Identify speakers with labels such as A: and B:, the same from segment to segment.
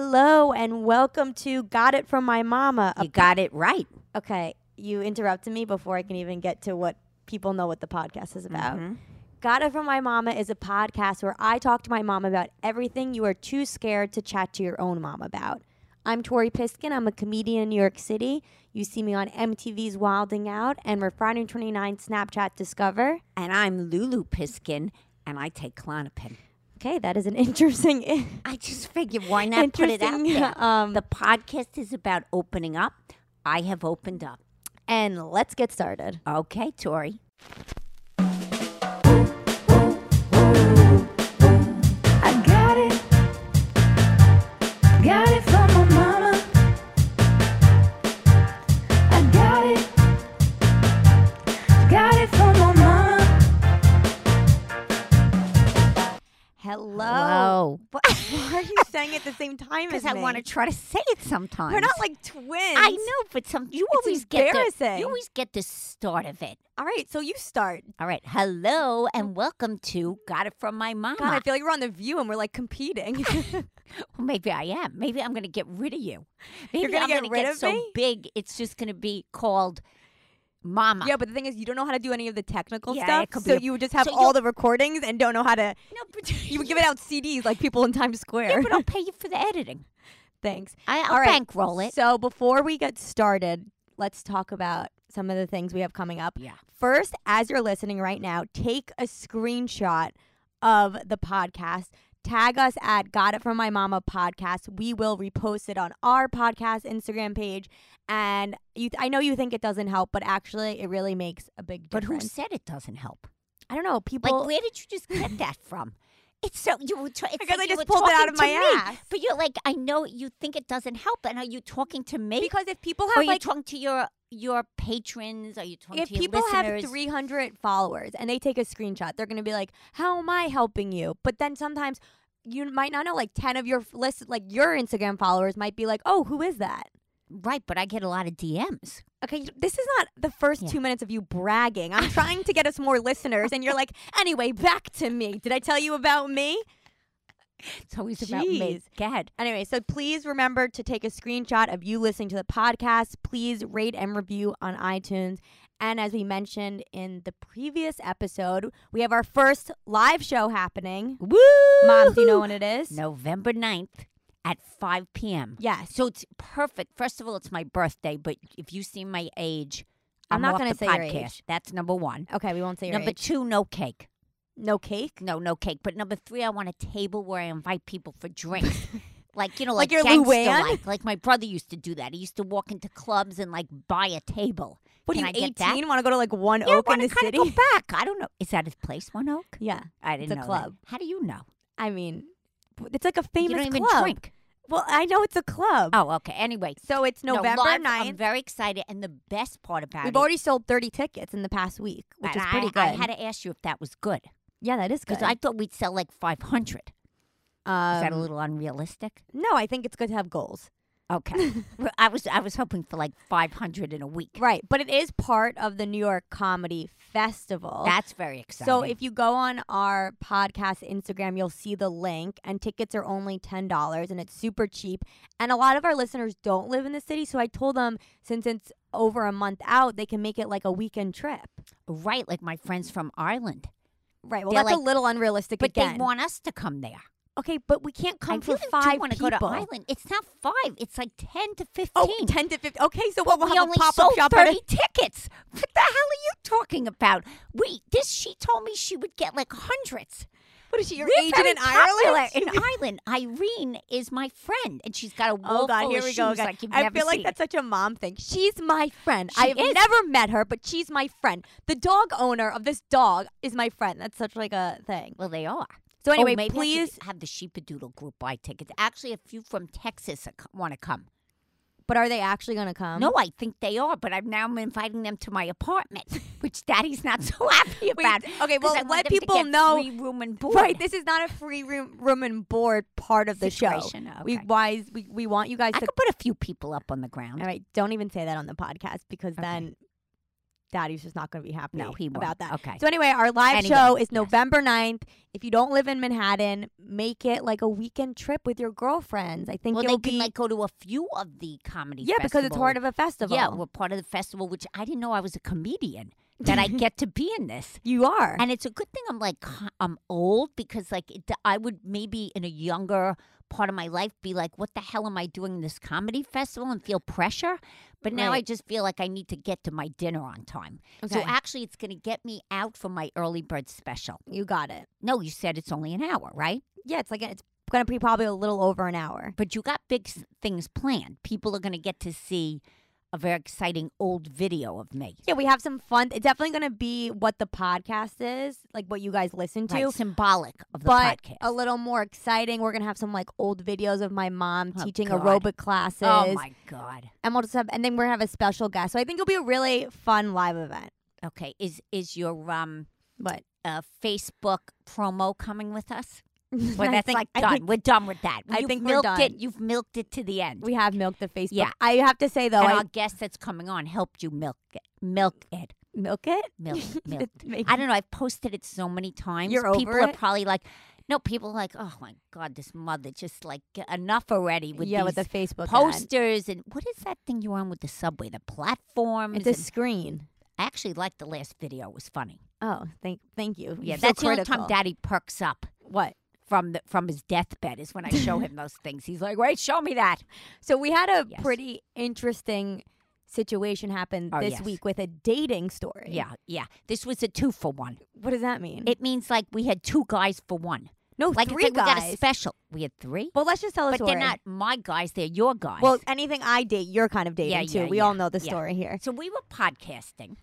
A: Hello and welcome to Got It From My Mama. a
B: You got it right.
A: Okay, you interrupted me before I can even get to what people know what the podcast is about.
B: Mm-hmm.
A: Got It From My Mama is a podcast where I talk to my mom about everything you are too scared to chat to your own mom about. I'm Tori Piskin. I'm a comedian in New York City. You see me on MTV's Wilding Out and we're Friday 29 Snapchat Discover.
B: And I'm Lulu Piskin, and I take Clonopin.
A: Okay, that is an interesting.
B: I just figured why not put it out
A: Interesting,
B: there.
A: um,
B: the podcast is about opening up. I have opened up.
A: and let's get started.
B: Okay, Tori.
C: I got it. Got it from my mama. I got it. Got it from my mama.
A: Hello.
B: Hello.
A: But why are you saying it at the same time as
B: Because I
A: me?
B: want to try to say it sometimes.
A: We're not like twins.
B: I know, but some you
A: It's
B: always get the
A: embarrassing.
B: you always get the start of it.
A: All right, so you start.
B: All right, hello and welcome to Got It From My Mama.
A: God, I feel like we're on the View and we're like competing.
B: Well, oh, maybe I am. Maybe I'm going to get rid of you. Maybe
A: gonna
B: I'm
A: get
B: gonna
A: rid of
B: so
A: me?
B: big, it's just going to be called Mama.
A: yeah, but the thing is, you don't know how to do any of the technical
B: Yeah,
A: stuff,
B: it could be
A: so
B: a-
A: you would just have
B: so
A: all
B: you'll-
A: the recordings and don't know how to.
B: No, but
A: You would give it out CDs like people in Times Square.
B: Yeah, but I'll pay you for the editing.
A: Thanks.
B: I, I'll
A: All right,
B: bankroll it.
A: So before we get started, let's talk about some of the things we have coming up.
B: yeah.
A: First, as you're listening right now, take a screenshot of the podcast. Tag us at Got It From My Mama podcast. We will repost it on our podcast Instagram page. And you, I know you think it doesn't help, but actually, it really makes a big
B: But who
A: difference.
B: said it doesn't help?
A: I don't know.
B: Like,
A: People.
B: where did you just get that from? It's so you were. Tra- it's
A: Because
B: like
A: I
B: you
A: just
B: were
A: pulled it out of
B: talking to
A: my
B: me,
A: ass.
B: But you're like, I know you think it doesn't help, and are you talking to me?
A: because if people
B: are
A: have
B: you
A: like
B: talking to your your patrons? Are you talking
A: if
B: to your
A: people
B: listeners?
A: have 300 followers and they take a screenshot they're going to be like how am i helping you but then sometimes you might not know like 10 of your f- list like your instagram followers might be like oh who is that
B: right, but I get a lot of DMs.
A: okay you- this is not the first
B: Yeah.
A: two minutes of you bragging i'm trying to get us more listeners and you're like anyway back to me did i tell you about me
B: It's always about me.
A: Jeez.
B: Go ahead.
A: Anyway, so please remember to take a screenshot of you listening to the podcast. Please rate and review on iTunes. And as we mentioned in the previous episode, we have our first live show happening.
B: Woo!
A: Mom, do you know when it is?
B: November 9th at 5 p.m.
A: Yes.
B: So it's perfect. First of all, it's my birthday, but if you see my age,
A: I'm
B: I'm,
A: not
B: off
A: gonna
B: the
A: say your
B: podcast.
A: age.
B: That's number one.
A: Okay, we won't say your
B: number
A: age.
B: two, no cake.
A: No cake.
B: No, no cake. But number three, I want a table where I invite people for drinks. Like you know,
A: Like
B: like,
A: your
B: gangster
A: Luann?
B: like. Like my brother used to do that. He used to walk into clubs and like buy a table.
A: What
B: Can
A: are
B: I
A: you,
B: get that?
A: 18? Want to go to like One
B: Yeah, I
A: Oak in
B: wanna
A: the city?
B: kinda Go back. I don't know. Is that his place, One Oak?
A: yeah.
B: I didn't
A: a
B: know. that.
A: club.
B: How do you know?
A: I mean, it's like a famous
B: you don't even
A: club.
B: drink.
A: Well, I know it's a club.
B: Oh, okay. Anyway,
A: So it's
B: no,
A: November
B: live,
A: 9th.
B: I'm very excited, and the best part about
A: We've
B: it,
A: already sold 30 tickets in the past week, which
B: and
A: is pretty
B: I,
A: good.
B: I had to ask you if that was good
A: yeah, that is good.
B: because I thought we'd sell like 500. is that a
A: Um,
B: little unrealistic?
A: No, I think it's good to have goals.
B: Okay, Well, I was I was hoping for like 500 in a week.
A: Right. But it is part of the New York Comedy Festival.
B: That's very exciting.
A: so if you go on our podcast Instagram, you'll see the link, and tickets are only $10 and it's super cheap. And a lot of our listeners don't live in the city. So I told them since it's over a month out, they can make it like a weekend trip.
B: right, like my friends from Ireland,
A: Right. Well,
B: They're
A: that's a
B: like-
A: little unrealistic
B: but
A: again.
B: they want us to come there.
A: okay, but we can't come
B: I
A: for
B: really do
A: five
B: wanna
A: people.
B: go to Ireland. It's not five. It's like 10 to 15.
A: Oh, 10 to 15. Okay, so we'll
B: we
A: have a
B: only
A: pop-up
B: sold
A: shop. at a-
B: 30 tickets. What the hell are you talking about? We this she told me she would get like hundreds.
A: What is she, your
B: We're
A: agent
B: very
A: in Ireland?
B: popular In Ireland, Irene is my friend, and she's got a wall
A: Oh God,
B: full
A: here
B: of
A: we go.
B: shoes
A: again.
B: like you've
A: I
B: never
A: feel like
B: seen.
A: that's such a mom thing. She's my friend.
B: She
A: I've
B: is.
A: never met her, but she's my friend. The dog owner of this dog is my friend. That's such like a thing.
B: Well, they are.
A: So anyway,
B: oh, maybe I
A: please.
B: should have the Sheepadoodle group buy tickets. Actually, a few from Texas want to come.
A: But are they actually gonna come?
B: No, I think they are, but I'm now I'm inviting them to my apartment, which Daddy's not so happy
A: Wait,
B: about.
A: okay,
B: 'cause
A: well,
B: I want
A: let
B: them to
A: people
B: get
A: know-
B: free room and board.
A: Right, this is not a free room, room and board part of the
B: Situation,
A: show. We
B: okay.
A: wise, we, we want you guys
B: I
A: to.
B: could put a few people up on the ground.
A: All right, don't even say that on the podcast because
B: Okay.
A: then Daddy's just not going to be happy
B: No, he won't.
A: about that.
B: Okay.
A: So anyway, our live
B: Anyway,
A: show is
B: yes.
A: November 9th. If you don't live in Manhattan, make it like a weekend trip with your girlfriends. I think
B: Well,
A: you'll be
B: they can like go to a few of the comedy.
A: yeah, because it's
B: festival-
A: part of a festival.
B: Yeah, we're part of the festival, which I didn't know I was a comedian that I get to be in this.
A: you are.
B: And it's a good thing I'm like co- I'm old because like it, I would maybe in a younger part of my life be like, what the hell am I doing in this comedy festival and feel pressure? But now I
A: Right.
B: just feel like I need to get to my dinner on time. So
A: Okay.
B: actually, it's going to get me out for my early bird special.
A: you got it.
B: No, you said it's only an hour, right?
A: Yeah, it's like it's going to be probably a little over an hour.
B: But you got big s- things planned. People are going to get to see a very exciting old video of me.
A: Yeah, we have some fun. It's definitely going to be what the podcast is, like what you guys listen to.
B: Right, symbolic of the
A: but
B: podcast.
A: a little more exciting. We're gonna have some like old videos of my mom
B: Oh,
A: teaching
B: God.
A: aerobic classes.
B: oh my god.
A: And we'll just have, and then we're gonna have a special guest. So I think it'll be a really fun live event.
B: Okay, is is your um
A: But
B: uh, Facebook promo coming with us? Well,
A: I
B: that's
A: think-
B: like
A: I
B: done.
A: think
B: we're done with that.
A: I
B: You've
A: think we're
B: milked it.
A: done.
B: You've milked it to the end.
A: we have milked the Facebook.
B: Yeah.
A: I have to say though,
B: and
A: I
B: our guest that's coming on helped you milk it. Milk it.
A: milk it.
B: Milk. Milk.
A: It's making-
B: I don't know. I've posted it so many times.
A: You're
B: people
A: over
B: are
A: it?
B: probably like, no, people are like, oh my god, this mother just like enough already with
A: yeah,
B: these
A: with the Facebook ad.
B: posters and what is that thing you're on with the subway? The platform.
A: It's a screen.
B: I actually liked the last video. It was funny.
A: Oh, thank thank you.
B: Yeah,
A: You're so
B: that's the only time
A: critical.
B: Daddy perks up
A: What?
B: from the, from his deathbed is when I show him those things. He's like, "Wait, show me that."
A: So we had a
B: Yes.
A: pretty interesting situation happen
B: Oh,
A: this
B: yes.
A: week with a dating story.
B: Yeah, yeah. This was a two for one.
A: What does that mean?
B: It means like we had two guys for one.
A: no,
B: Like
A: Mm. three
B: it's like we got a
A: guys.
B: special. We had three,
A: But let's just tell a
B: but
A: story.
B: they're not my guys. They're your guys.
A: Well, anything I date, you're kind of dating
B: Yeah,
A: too.
B: yeah,
A: we
B: yeah,
A: all know the
B: yeah.
A: story here.
B: so we were podcasting.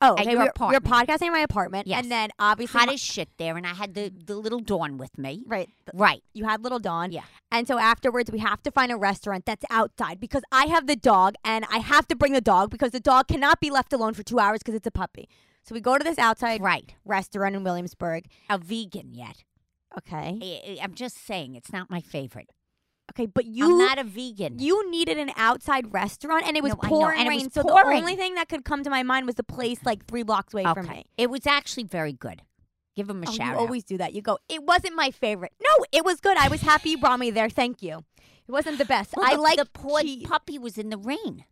A: Oh,
B: At
A: okay.
B: your
A: we're, we're
B: apartment.
A: podcasting in my apartment,
B: Yes.
A: and then obviously,
B: Hot
A: my-
B: as shit there, and I had the the little Dawn with me.
A: right, th-
B: Right.
A: you had little Dawn,
B: Yeah.
A: and so afterwards we have to find a restaurant that's outside because I have the dog, and I have to bring the dog because the dog cannot be left alone for two hours because it's a puppy. So we go to this outside
B: Right.
A: restaurant in Williamsburg.
B: A vegan yet?
A: Okay,
B: I, I- I'm just saying, it's not my favorite.
A: okay, but
B: I'm
A: you.
B: not a vegan.
A: you needed an outside restaurant, and it was
B: No, I know,
A: pouring
B: and it was
A: rain. so the
B: pouring.
A: only thing that could come to my mind was the place like three blocks away from me.
B: It was actually very good. Give him a
A: Oh,
B: shout
A: you
B: out.
A: always do that. You go, it wasn't my favorite. No, it was good. I was happy you brought me there. Thank you. It wasn't the best.
B: Well,
A: I
B: the,
A: like
B: the poor
A: cheese.
B: puppy was in the rain.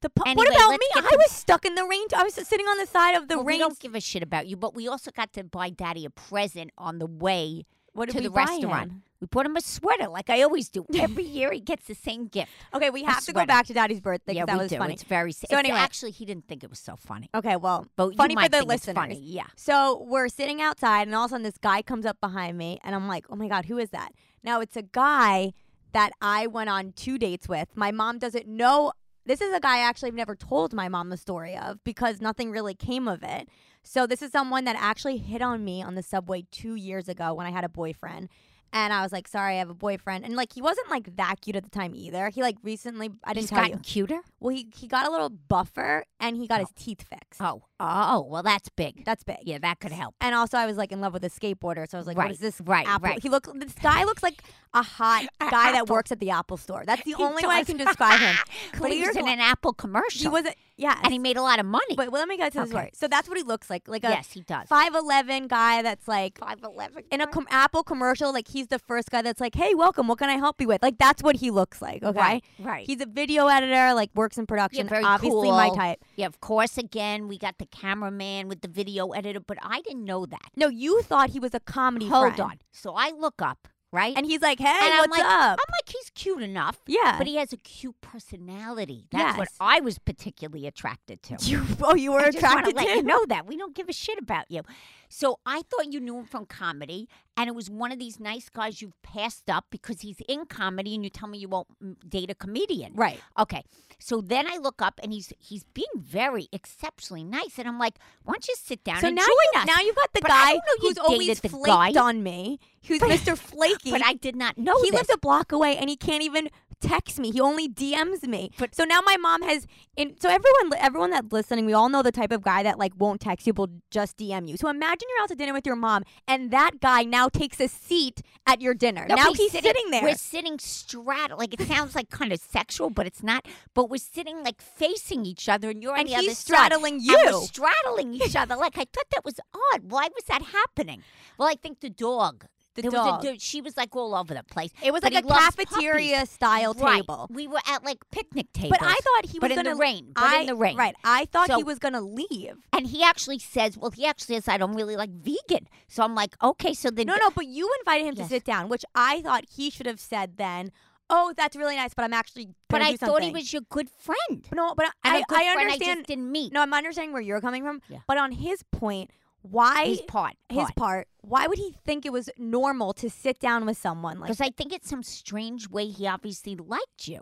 A: The pu-
B: Anyway,
A: what about
B: let's
A: me?
B: get
A: I
B: to-
A: was stuck in the rain. too. I was sitting on the side of the
B: Well, we
A: rain.
B: don't give a shit about you, but we also got to buy Daddy a present on the way
A: What did
B: to
A: we
B: the
A: buy
B: restaurant.
A: him?
B: We bought him a sweater, like I always do. Every year he gets the same gift.
A: Okay, we
B: a
A: have to go
B: sweater.
A: back to Daddy's birthday. 'cause
B: yeah,
A: that
B: we
A: was
B: do.
A: funny.
B: It's very so
A: anyway-
B: Actually, he didn't think it was so funny.
A: Okay, well,
B: But you
A: funny for
B: might
A: the
B: think it's
A: listeners.
B: funny, yeah.
A: So we're sitting outside, and all of a sudden, this guy comes up behind me, and I'm like, "Oh my god, who is that?" Now it's a guy that I went on two dates with. My mom doesn't know. This is a guy I actually have never told my mom the story of because nothing really came of it. So this is someone that actually hit on me on the subway two years ago when I had a boyfriend. And I was like, sorry, I have a boyfriend. And like, he wasn't like that cute at the time either. He like recently, I didn't
B: He's
A: tell
B: gotten
A: you.
B: cuter.
A: Well, he, he got a little buffer and he got his teeth fixed.
B: Oh, oh, well, that's big.
A: That's big.
B: yeah, that could help.
A: And also, I was like in love with a skateboarder, so I was like, "What
B: Right,
A: is this
B: right,
A: Apple?"
B: right.
A: He look. This guy looks like a hot
B: A
A: guy that
B: apple.
A: works at the Apple store. That's the
B: He
A: only way I
B: does.
A: can describe him.
B: But he
A: Clear
B: was in
A: gla-
B: an Apple commercial,
A: He was. A, yes.
B: and he made a lot of money.
A: Wait, well, let me get to this
B: Okay.
A: story. So that's what he looks like, like a
B: yes, he does.
A: five eleven guy that's like
B: five eleven
A: in a com- Apple commercial. Like he's the first guy that's like, "Hey, welcome. What can I help you with?" Like that's what he looks like. Okay.
B: Right, right.
A: He's a video editor, like works in production.
B: Yeah, very
A: obviously my
B: cool.
A: type.
B: Yeah, of course. Again, we got the cameraman with the video editor, but I didn't know that.
A: No, you thought he was a comedy.
B: Hold
A: friend.
B: on. So I look up, right?
A: And he's like, "Hey,
B: And
A: what's
B: I'm like,
A: up?"
B: I'm like, he's cute enough.
A: yeah.
B: But he has a cute personality. That's what
A: Yes.
B: I was particularly attracted to.
A: You, oh, you were
B: I just want to
A: attracted
B: let
A: to
B: you
A: him?
B: know that we don't give a shit about you. So I thought you knew him from comedy, and it was one of these nice guys you've passed up because he's in comedy, and you tell me you won't mm, date a comedian,
A: Right.
B: Okay. So then I look up, and he's he's being very exceptionally nice, and I'm like, why don't you sit down
A: So
B: and
A: now,
B: join
A: you,
B: us?
A: now you've got the
B: But I
A: guy
B: didn't know you
A: who's always
B: dated the
A: flaked
B: guy.
A: on me, who's Mr. Flaky.
B: but I did not know
A: he
B: this.
A: lives a block away and he can't even text me. He only DMs me.
B: But-
A: so now my mom has. In, so everyone, everyone that's listening, we all know the type of guy that like won't text you, but will just DM you. So imagine you're out to dinner with your mom, and that guy now now takes a seat at your dinner. now
B: we
A: he's
B: sit-
A: sitting, there.
B: We're sitting straddled. Like it sounds like kind of sexual, but it's not. But we're sitting like facing each other, and you're
A: And
B: on the
A: he's
B: other
A: straddling
B: side. And we're
A: you.
B: straddling each other. Like I thought that was odd. Why was that happening? Well, I think the dog.
A: The
B: there
A: dog.
B: Was a, dude- she was like all over the place.
A: it was
B: But
A: like a
B: he loves
A: cafeteria
B: puppies.
A: style
B: Right.
A: table.
B: We were at like picnic tables.
A: But I thought he was
B: But in
A: gonna
B: the rain. But
A: I,
B: in the rain.
A: Right. I thought he
B: So-
A: was gonna leave.
B: And he actually says, well, he actually says, I don't really like vegan. So I'm like, okay, so then
A: No, no, but you invited him
B: Yes.
A: to sit down, which I thought he should have said then, Oh, that's really nice, but I'm actually gonna
B: But I
A: do
B: thought he
A: something."
B: was your good friend.
A: But no, but
B: And a
A: I,
B: good
A: I
B: friend I
A: understand
B: just didn't meet.
A: No, I'm understanding where you're coming from.
B: Yeah.
A: But on his point, why
B: his part.
A: his part, why would he think it was normal to sit down with someone like
B: Because I think it's some strange way he obviously liked you,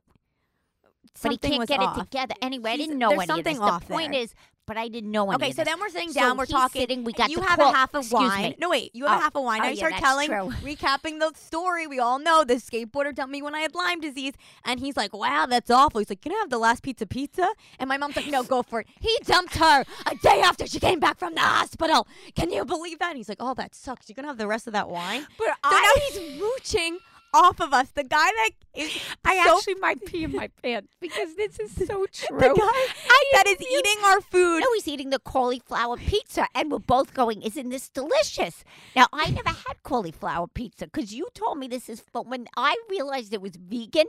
B: but he
A: something
B: can't
A: was
B: get
A: off.
B: it together. Anyway, I
A: He's-
B: didn't know
A: there's
B: any
A: something
B: of this.
A: off
B: the point
A: there.
B: is, but I didn't know any
A: Okay,
B: of
A: so
B: this.
A: then we're sitting
B: So
A: down, we're
B: he's
A: talking.
B: sitting, we got
A: you
B: the
A: have
B: call.
A: a half of
B: Excuse
A: wine.
B: Me.
A: No, wait, you have
B: Oh,
A: a half of wine.
B: oh,
A: I
B: yeah,
A: start
B: that's
A: telling,
B: true.
A: recapping the story. We all know the skateboarder dumped me when I had Lyme disease, and he's like, "Wow, that's awful." He's like, "Can I have the last pizza pizza?" And my mom's like, "No, go for it." He dumped her a day after she came back from the hospital. Can you believe that? And he's like, "Oh, that sucks. You're gonna have the rest of that wine."
B: But
A: so
B: I-
A: now he's mooching off of us. The guy that is
B: I
A: so
B: actually might pee in my pants because this is so true.
A: the guy that is eating our food.
B: No, he's eating the cauliflower pizza, and we're both going, "Isn't this delicious?" Now, I never had cauliflower pizza because you told me this is. But when I realized it was vegan,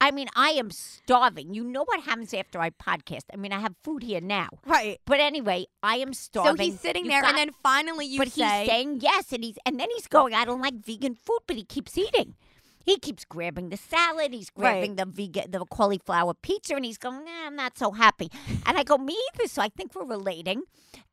B: I mean, I am starving. You know what happens after I podcast? I mean, I have food here now,
A: Right.
B: but anyway, I am
A: So
B: starving.
A: he's sitting
B: You
A: there,
B: got-
A: and then finally you
B: but
A: say,
B: he's saying yes, and he's and then he's going, "I don't like vegan food," but he keeps eating. He keeps grabbing the salad. He's grabbing the vegan, the cauliflower pizza, and he's going, nah, "I'm not so happy." And I go, "Me either." So I think we're relating.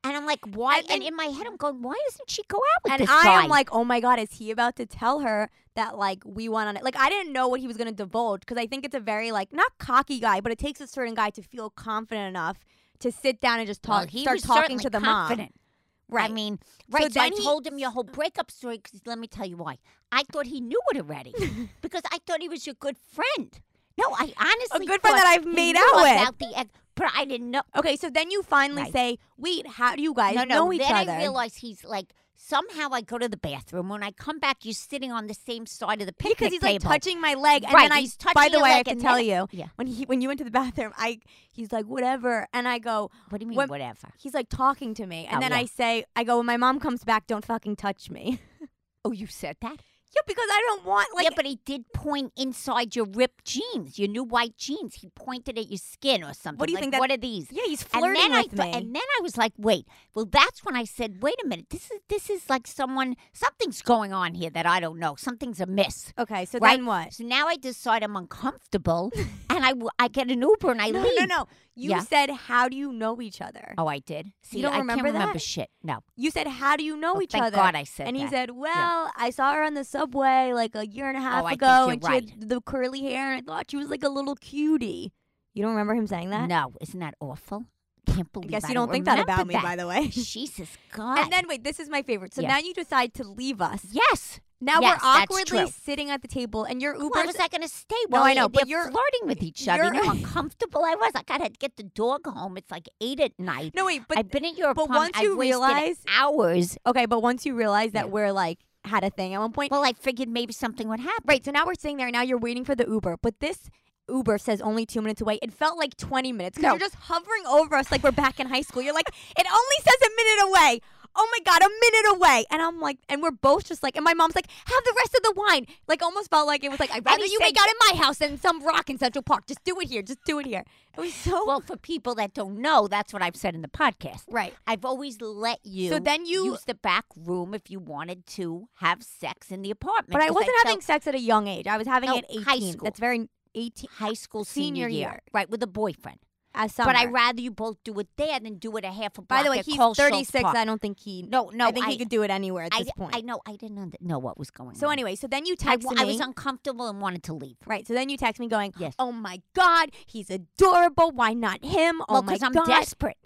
B: And I'm like, "Why?" And,
A: And then-
B: in my head, I'm going, "Why doesn't she go out with
A: and
B: this
A: I
B: guy?"
A: am like, oh my god, is he about to tell her that like we went on it? Like I didn't know what he was gonna divulge because I think it's a very like not cocky guy, but it takes a certain guy to feel confident enough to sit down and just
B: Well,
A: talk,
B: he
A: start
B: was
A: talking
B: certainly
A: to the
B: confident.
A: mom. Right.
B: I mean, right. So, I
A: then he-
B: told him your whole breakup story because let me tell you why. I thought he knew it already because I thought he was your good friend. No, I honestly
A: good friend
B: thought
A: that I've
B: he
A: made
B: knew
A: out with.
B: about the ex, but I didn't know.
A: okay, so then you finally
B: Right.
A: say, wait, how do you guys
B: no, no.
A: know each
B: then
A: other?
B: I realize he's like somehow I go to the bathroom. When I come back, you're sitting on the same side of the picnic
A: because he's like
B: table.
A: touching my leg, and
B: Right,
A: then I.
B: he's touching
A: by the
B: your
A: way, I
B: leg
A: can
B: and
A: tell
B: then-
A: you
B: Yeah.
A: when he when you went to the bathroom, I he's like whatever, and I go
B: what do you mean,
A: when-
B: whatever?
A: he's like talking to me, and
B: Oh,
A: then
B: yeah.
A: I say I go when my mom comes back, don't fucking touch me.
B: Oh, you said that?
A: yeah, because I don't want like
B: yeah, but he did point inside your ripped jeans, your new white jeans. He pointed at your skin or something.
A: What do you
B: like,
A: think that-
B: What are these?
A: Yeah, he's
B: And
A: flirting
B: then
A: with
B: I thought-
A: me.
B: and then I was like, wait. Well, that's when I said, wait a minute. This is this is like someone something's going on here that I don't know. Something's amiss.
A: okay, so
B: right?
A: then what?
B: So now I decide I'm uncomfortable, and I, w- I get an Uber and I
A: No,
B: leave.
A: no, no. You
B: Yeah.
A: said how do you know each other?
B: Oh, I did. See,
A: don't
B: I
A: remember
B: can't remember
A: that?
B: shit. No.
A: You said how do you know
B: Oh,
A: each
B: thank
A: other?
B: God I said
A: and he
B: that. Oh,
A: said, "Well, I saw her on the subway like a year and a half
B: I think
A: ago,
B: you're
A: and she
B: right.
A: had the curly hair, and I thought she was like a little cutie." You don't remember him saying that?
B: No, isn't that awful? Can't
A: I
B: believe.
A: guess
B: I
A: you don't think that
B: remember
A: about me,
B: that.
A: by the way.
B: Jesus God.
A: and then wait, this is my favorite. So
B: Yeah.
A: now you decide to leave us.
B: yes.
A: Now
B: Yes,
A: we're
B: that's
A: awkwardly
B: true.
A: sitting at the table, and your Uber's
B: Where was I going to stay?
A: No,
B: while
A: I know,
B: they're
A: but you're-
B: flirting with each other. You know
A: you're-
B: how uncomfortable I was. Like I had to get the dog home. It's like eight at night.
A: No, wait, but
B: I've been at your
A: but
B: apartment.
A: once you
B: I've wasted
A: realize-
B: hours.
A: okay. But once you realize that
B: Yeah.
A: we're like had a thing at one point,
B: Well, I figured maybe something would happen.
A: Right. So now we're sitting there. and Now you're waiting for the Uber, but this Uber says only two minutes away. It felt like 20 minutes because
B: No.
A: you're just hovering over us like we're back in high school. You're like, it only says a minute away. Oh my God, a minute away. And I'm like, and we're both just like, and my mom's like, have the rest of the wine. Like, almost felt like it was like, I'd rather
B: he
A: you
B: said-
A: make out in my house than some rock in Central Park. Just do it here. Just do it here. It was so.
B: Well, for people that don't know, that's what I've said in the podcast.
A: right.
B: I've always let you.
A: then you-
B: use the back room if you wanted to have sex in the apartment.
A: But I
B: 'cause
A: wasn't
B: felt
A: having sex at a young age. I was having
B: No,
A: it at
B: high
A: 18.
B: school.
A: That's very 18.
B: high school senior,
A: senior
B: year,
A: year.
B: right, with a boyfriend.
A: As
B: But I'd
A: uh, summer.
B: rather you both do it there than do it a half a block.
A: By the way,
B: at
A: he's
B: Carl Schultz
A: 36.
B: Park.
A: I don't think he.
B: No, no,
A: I think
B: I-
A: he could do it anywhere at
B: I,
A: this point.
B: I know. I didn't under, know what was going on.
A: so anyway, so then you
B: I,
A: text
B: w-
A: me.
B: I was uncomfortable and wanted to leave.
A: right. So then you text me going,
B: Yes.
A: "Oh my god, he's adorable. Why not him? Oh
B: well,
A: my
B: I'm
A: god."
B: desperate.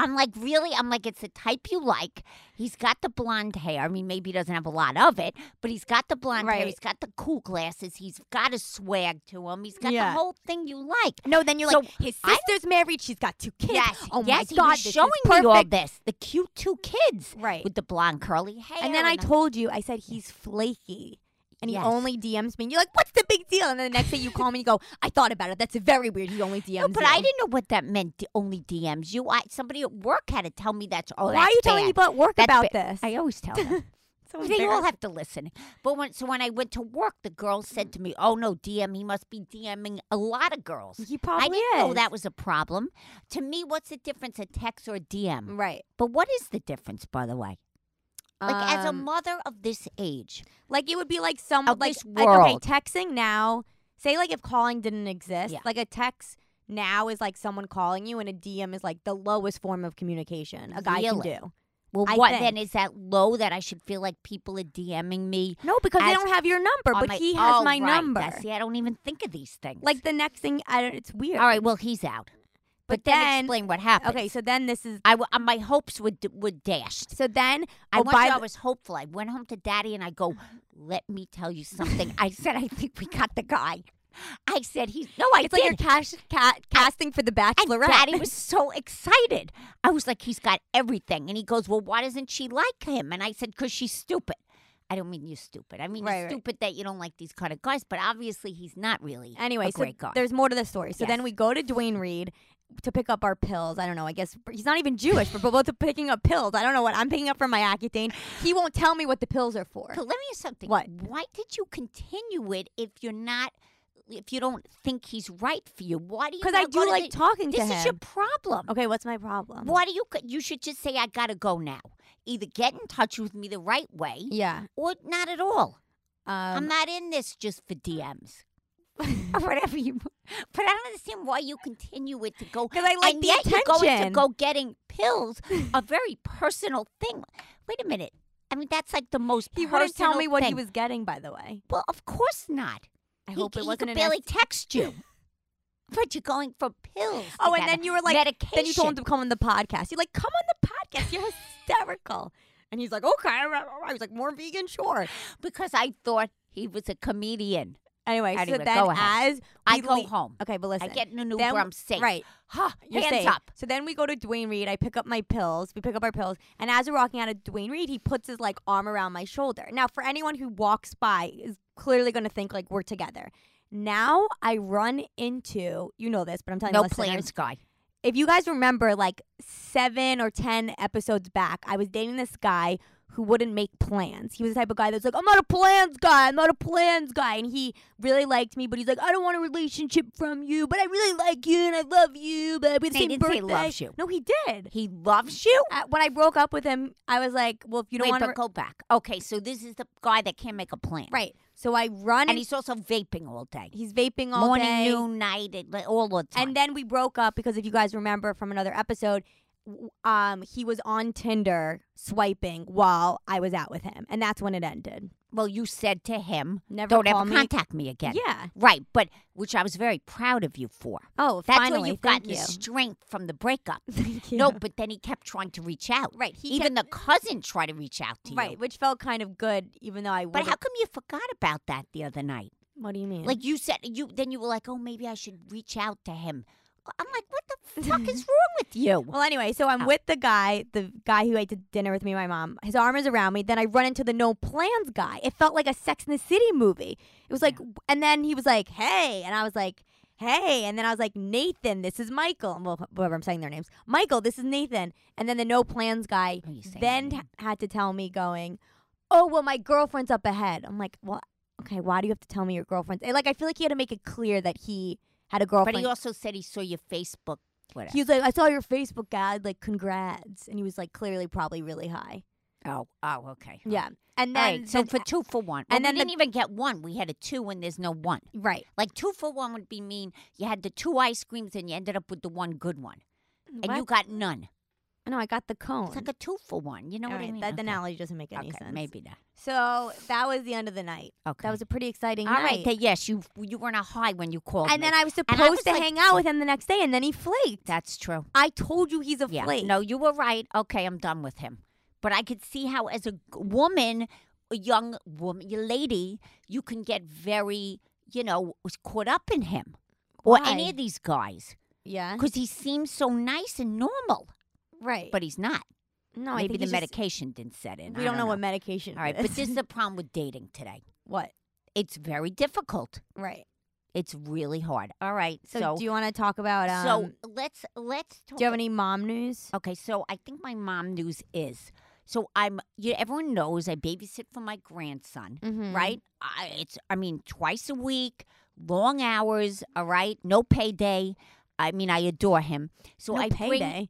B: I'm like, really? I'm like, it's the type you like. He's got the blonde hair. I mean, maybe he doesn't have a lot of it, but he's got the blonde hair.
A: Right.
B: He's got the cool glasses. He's got a swag to him. He's got
A: Yeah.
B: the whole thing you like.
A: No, then you're
B: So,
A: like, his
B: I-
A: sister's married. She's got two kids.
B: Yes.
A: Oh my
B: yes,
A: God,
B: he
A: this
B: was
A: is
B: showing me all
A: perfect.
B: this. The cute two kids.
A: Right.
B: With the blonde curly hair.
A: And then I
B: the-
A: told you, I said he's flaky. And he
B: Yes.
A: only DMs me. And you're like, what's the big deal? And then the next day you call me and you go, I thought about it. That's very weird. He only DMs
B: No, but
A: you.
B: I didn't know what that meant. d- Only DMs you. I somebody at work had to tell me that's. Oh,
A: Why are
B: that's
A: you telling
B: bad.
A: people at work
B: That's
A: about
B: ba-
A: this?
B: I always tell them.
A: So
B: they all
A: Oh, embarrassed.
B: have to listen. But when so when I went to work, the girl said to me, "Oh no, DM. He must be DMing a lot of girls."
A: He probably
B: I didn't know
A: is.
B: that was a problem. To me, what's the difference a text or a DM?
A: Right.
B: But what is the difference, by the way? Like as a
A: Um,
B: mother of this age,
A: Like it would be like some
B: Of
A: like,
B: this
A: like, okay,
B: world.
A: texting now. Say like if calling didn't exist,
B: Yeah.
A: like a text now is like someone calling you, and a DM is like the lowest form of communication a guy
B: Really?
A: can do.
B: well,
A: I
B: what
A: think-
B: then is that low that I should feel like people are DMing me?
A: No, because they
B: As-
A: don't have your number,
B: on
A: but
B: my-
A: he has
B: Oh,
A: my
B: right.
A: number.
B: Yeah, see, I don't even think of these things.
A: Like the next thing, I don't. It's weird.
B: all right, well, he's out. But,
A: But
B: then,
A: then-
B: explain what happened.
A: Okay, so then this is.
B: I w- uh, my hopes would d- would dashed.
A: So then, oh,
B: I want you,
A: by
B: I
A: the-
B: was hopeful. I went home to daddy and I go, let me tell you something. I said, I think we got the guy. I said, he's no, I
A: it's like
B: did.
A: you're cash, ca- casting for the
B: and
A: Bachelorette.
B: daddy was so excited. I was like, he's got everything. And he goes, well, why doesn't she like him? And I said, because she's stupid. I don't mean you're stupid. I mean
A: Right,
B: you're
A: right.
B: stupid that you don't like these kind of guys. But obviously, he's not really
A: Anyway,
B: a
A: so
B: great guy.
A: there's more to the story. So then
B: Yes.
A: we go to Dwayne Reed to pick up our pills. I don't know. I guess he's not even Jewish, but we're both picking up pills. I don't know what I'm picking up from my Accutane. He won't tell me what the pills are for.
B: But let me ask something.
A: What?
B: Why did you continue it if you're not, if you don't think he's right for you? Why do you?
A: Because I
B: not go
A: do
B: to
A: like
B: the-
A: talking to
B: This is your
A: him.
B: problem.
A: Okay, what's my problem?
B: Why do you? co- You should just say I gotta go now. Either get in touch with me the right way,
A: Yeah.
B: or not at all. I'm
A: Um,
B: not in this just for DMs. or whatever you, but I don't understand why you continue it to go.
A: 'Cause I like
B: and
A: the
B: yet you're going to
A: attention.
B: go getting pills, a very personal thing. Wait a minute. I mean, that's like the most.
A: he wouldn't tell
B: personal
A: me what he
B: thing.
A: was getting, by the way.
B: Well, of course not.
A: I
B: he,
A: hope it
B: he
A: wasn't
B: could
A: an
B: barely
A: S-
B: text you. but you're going for pills.
A: Oh, and
B: together.
A: then you were like,
B: medication.
A: then you told him to come on the podcast. You're like, come on the podcast. You're hysterical. And he's like, okay. I was like, more vegan, sure.
B: because I thought he was a comedian.
A: Anyway,
B: Anyway,
A: so
B: go
A: then
B: ahead.
A: as we
B: I go
A: le-
B: home.
A: Okay, but listen.
B: I get in an Uber.
A: then-
B: I'm safe.
A: Right.
B: Huh,
A: You're
B: hands
A: safe.
B: up.
A: So then we go to Dwayne Reed. I pick up my pills. We pick up our pills. And as we're walking out of Dwayne Reed, he puts his like arm around my shoulder. Now, for anyone who walks by is clearly going to think like we're together. Now I run into, you know this, but I'm telling
B: No
A: the listeners,
B: plans, guy.
A: if you guys remember like seven or ten episodes back, I was dating this guy who wouldn't make plans. He was the type of guy that's like, I'm not a plans guy, I'm not a plans guy. And he really liked me, but he's like, I don't want a relationship from you, but I really like you and I love you, but we have the
B: He
A: same
B: didn't say he
A: birthday."
B: loves you.
A: No, he did.
B: He loves you.
A: Uh, when I broke up with him, I was like, well, if you don't
B: Wait,
A: want
B: but
A: to.
B: go back. Okay, so this is the guy that can't make a plan.
A: right. So I run
B: And he's also vaping all day.
A: he's vaping all
B: Morning,
A: day.
B: noon, night, and- like, all the time.
A: And then we broke up because if you guys remember from another episode, w- um, he was on Tinder swiping while I was out with him, and that's when it ended.
B: well, you said to him,
A: Never
B: don't
A: call
B: ever
A: me.
B: contact me again.
A: Yeah.
B: Right, but which I was very proud of you for.
A: Oh,
B: That's
A: finally,
B: where you've
A: thank
B: gotten
A: you.
B: the strength from the breakup.
A: Thank you.
B: No, but then he kept trying to reach out.
A: Right, he
B: Even the cousin tried to reach out to you.
A: right, which felt kind of good, even though I.
B: But how
A: wasn't-
B: come you forgot about that the other night?
A: What do you mean?
B: Like you said, you then you were like, oh, maybe I should reach out to him. I'm like, what the fuck is wrong with you?
A: Well, anyway, so I'm with the guy, the guy who ate to dinner with me, and my mom. His arm is around me. Then I run into the no plans guy. It felt like a Sex in the City movie. It was like, and then he was like, hey. And I was like, hey. And then I was like, Nathan, this is Michael. Well, whoever I'm saying their names. Michael, this is Nathan. And then the no plans guy
B: Oh, you say
A: then
B: Nathan.
A: ha- had to tell me, going, oh, well, my girlfriend's up ahead. I'm like, well, okay, why do you have to tell me your girlfriend's? Like, I feel like he had to make it clear that he had a
B: but
A: girlfriend.
B: he also said he saw your Facebook. Whatever.
A: He was like, I saw your Facebook ad, like, congrats. And he was like, clearly, probably really high.
B: oh, oh, okay.
A: Yeah. And
B: All
A: then,
B: right. So
A: then-
B: for two for one,
A: and
B: and
A: then
B: then we
A: the-
B: didn't even get one. We had a two, and there's no one.
A: right.
B: Like two for one would be mean. You had the two ice creams, and you ended up with the one good one, and you
A: What?
B: got none.
A: No, I got the cone.
B: It's like a two for one. You know
A: All
B: what I
A: right,
B: mean?
A: That
B: Okay.
A: analogy doesn't make any
B: okay,
A: sense.
B: Maybe not.
A: So that was the end of the night.
B: Okay.
A: That was a pretty exciting
B: All
A: night.
B: right. then yes, you you were on a high when you called.
A: and
B: me.
A: then I was supposed
B: was
A: to
B: like-
A: hang out with him the next day, and then he flaked.
B: That's true.
A: I told you he's a
B: Yeah.
A: flake.
B: No, you were right. Okay, I'm done with him. But I could see how, as a g- woman, a young woman, your lady, you can get very, you know, was caught up in him or any
A: Why?
B: of these guys
A: Yeah.
B: because he seems so nice and normal,
A: Right.
B: but he's not.
A: no, I
B: Maybe
A: think
B: the
A: he just-
B: medication didn't set in.
A: We
B: I
A: don't know what medication.
B: All right,
A: it
B: but
A: is.
B: this is the problem with dating today.
A: what.
B: It's very difficult.
A: Right.
B: It's really hard. All right,
A: So,
B: so
A: do you want to talk about? Um,
B: so let's let's talk
A: do you have any mom news?
B: Okay, so I think my mom news is so I'm. You everyone knows I babysit for my grandson,
A: Mhm.
B: right? I, it's I mean twice a week, long hours. All right, no payday. I mean I adore him. So
A: no
B: I bring-
A: payday.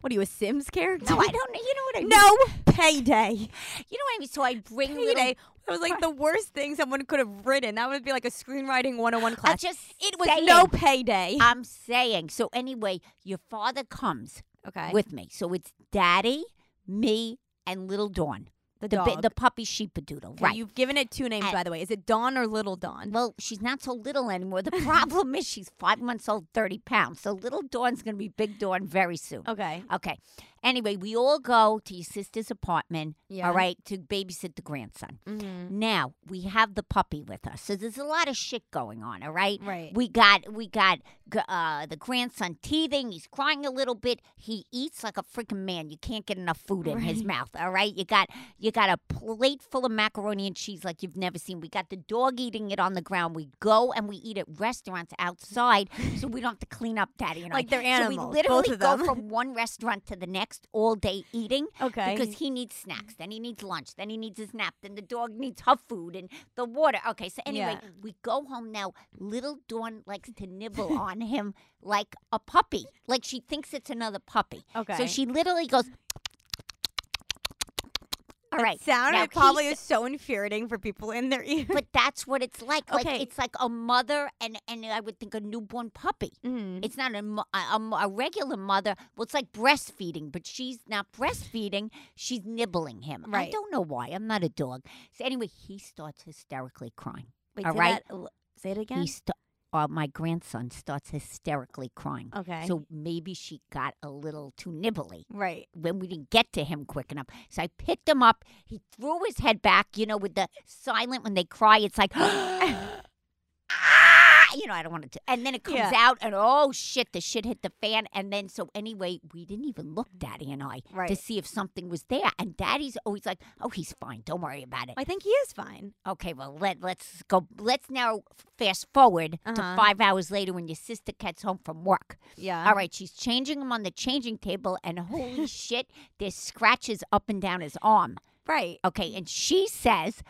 A: what are you, a Sims character?
B: no, I don't know. You know what I mean?
A: No payday.
B: you know what I mean. So I bring little.
A: Payday. That was like the worst thing someone could have written. That would be like a screenwriting 101
B: I
A: class.
B: just
A: it was
B: saying.
A: no payday.
B: I'm saying. So anyway, your father comes
A: okay.
B: with me. So it's daddy, me, and little Dawn,
A: the
B: the
A: dog.
B: bi- the puppy sheepadoodle.
A: Okay,
B: Right.
A: You've given it two names,
B: And-
A: by the way. Is it Dawn or Little Dawn?
B: Well, she's not so little anymore. The problem is she's five months old, 30 pounds. So little Dawn's going to be big Dawn very soon.
A: okay.
B: Okay. Anyway, we all go to your sister's apartment,
A: Yeah.
B: all right, to babysit the grandson.
A: Mm-hmm.
B: Now we have the puppy with us, so there's a lot of shit going on. All right,
A: Right.
B: We got we got g- uh, the grandson teething. He's crying a little bit. He eats like a freaking man. You can't get enough food in his mouth. All right, you got you got a plate full of macaroni and cheese like you've never seen. We got the dog eating it on the ground. We go and we eat at restaurants outside, so we don't have to clean up, Daddy. And I.
A: Like they're
B: So
A: animals,
B: we literally
A: both of
B: go
A: them.
B: from one restaurant to the next all day eating.
A: Okay.
B: Because he needs snacks, then he needs lunch, then he needs his nap, then the dog needs her food and the water. Okay, so anyway,
A: Yeah.
B: we go home now. Little Dawn likes to nibble on him like a puppy, like she thinks it's another puppy.
A: Okay.
B: So she literally goes. All right.
A: Sound
B: now
A: it probably
B: he's-
A: is so infuriating for people in their ear.
B: But that's what it's like.
A: Okay.
B: Like it's like a mother and and I would think a newborn puppy.
A: Mhm.
B: It's not a, mo- a, a mo- a regular mother. Well, it's like breastfeeding, but she's not breastfeeding. She's nibbling him.
A: Right.
B: I don't know why. I'm not a dog. So anyway, he starts hysterically crying.
A: Wait,
B: all
A: say
B: right.
A: that- say it again.
B: He st- uh, my grandson starts hysterically crying.
A: Okay.
B: So maybe she got a little too nibbly
A: right.
B: when we didn't get to him quick enough. So I picked him up. He threw his head back, you know, with the silent when they cry, it's like, ah! you know, I don't want to. do- And then it comes
A: Yeah.
B: out, and oh shit, the shit hit the fan. And then, so anyway, we didn't even look, Daddy and I, to
A: Right.
B: see if something was there. And Daddy's always like, oh, he's fine. Don't worry about it.
A: I think he is fine.
B: Okay, well let let's go. Let's now fast forward to
A: Uh-huh.
B: five hours later when your sister gets home from work.
A: Yeah.
B: All right, she's changing him on the changing table, and holy shit, there's scratches up and down his arm.
A: Right.
B: Okay, and she says,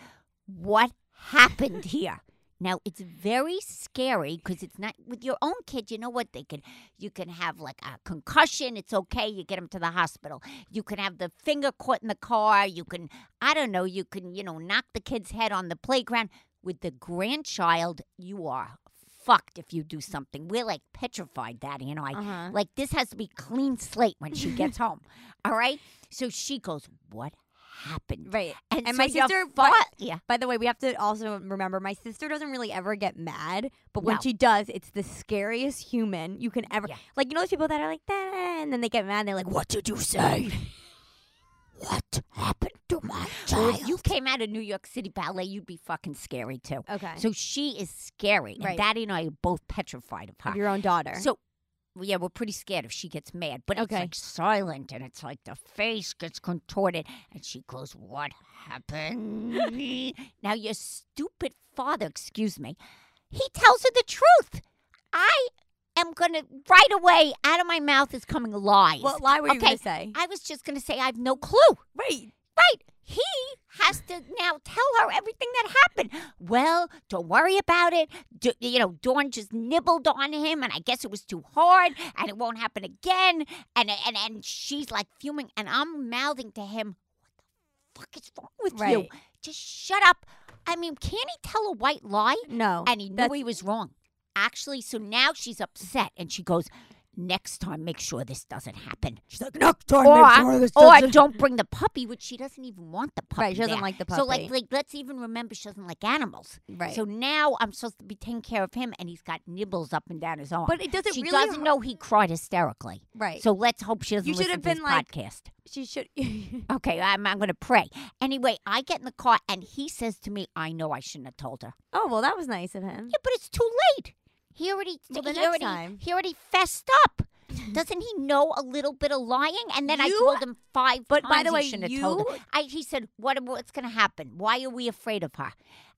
B: "What happened here?" Now it's very scary because it's not with your own kid. You know what? They could, you can have like a concussion. It's okay. You get him to the hospital. You can have the finger caught in the car. You can, I don't know. You can, you know, knock the kid's head on the playground. With the grandchild, you are fucked if you do something. We're like petrified, Daddy and I.
A: Uh-huh.
B: Like this has to be clean slate when she gets home. All right. So she goes, "What happened?"
A: Right.
B: And,
A: And
B: so
A: my
B: your
A: sister-
B: fa-
A: but-
B: yeah.
A: By the way, we have to also remember my sister doesn't really ever get mad, but when
B: No.
A: she does, it's the scariest human you can ever.
B: Yeah.
A: Like you know those people that are like that, and then they get mad. And they're like, "What did you say? what happened to my
B: Well,
A: child?"
B: if you came out of New York City Ballet, you'd be fucking scary too.
A: okay.
B: So she is scary.
A: Uh, Right.
B: And Daddy and I are both petrified of her.
A: of your own daughter.
B: uh, So, well, yeah, we're pretty scared if she gets mad, but it's
A: Okay.
B: like silent and it's like the face gets contorted and she goes, What happened? now, your stupid father, excuse me, he tells her the truth. I am going to, right away, out of my mouth is coming lies.
A: what lie were you
B: okay,
A: gonna say?
B: I was just going to say, I have no clue.
A: Right.
B: Right. He has to now tell her everything that happened. Well, don't worry about it. D- you know, Dawn just nibbled on him, and I guess it was too hard, and it won't happen again. And and and she's like fuming, and I'm mouthing to him, "What the fuck is wrong with you?
A: Right.
B: Just shut up." I mean, can he tell a white lie?
A: No.
B: And he knew
A: That's-
B: he was wrong. Actually, so now she's upset, and she goes. next time make sure this doesn't happen.
D: She's like, next time,
B: Or,
D: make sure this
B: or
D: doesn't-
B: don't bring the puppy, which she doesn't even want the puppy.
D: Right, she doesn't
B: there.
D: like the
B: So like,
D: puppy.
B: like let's even remember she doesn't like animals.
D: Right.
B: So now I'm supposed to be taking care of him, and he's got nibbles up and down his arm.
D: But it doesn't
B: she
D: really
B: doesn't
D: hurt-
B: know he cried hysterically.
D: Right.
B: So let's hope she doesn't.
D: You should
B: listen
D: have
B: to this
D: been like-
B: podcast.
D: she should.
B: Okay, I'm, I'm going to pray. Anyway, I get in the car and he says to me, I know I shouldn't have told her.
A: Oh well, that was nice of him.
B: Yeah, but it's too late. He already,
A: Well, the
B: he,
A: next
B: already
A: time.
B: he already fessed up. Doesn't he know a little bit of lying? And then I
D: You-
B: told him five
A: but
B: times
A: by the way,
B: he shouldn't have told her.
A: you-
B: I, he said, what, what's going to happen? Why are we afraid of her?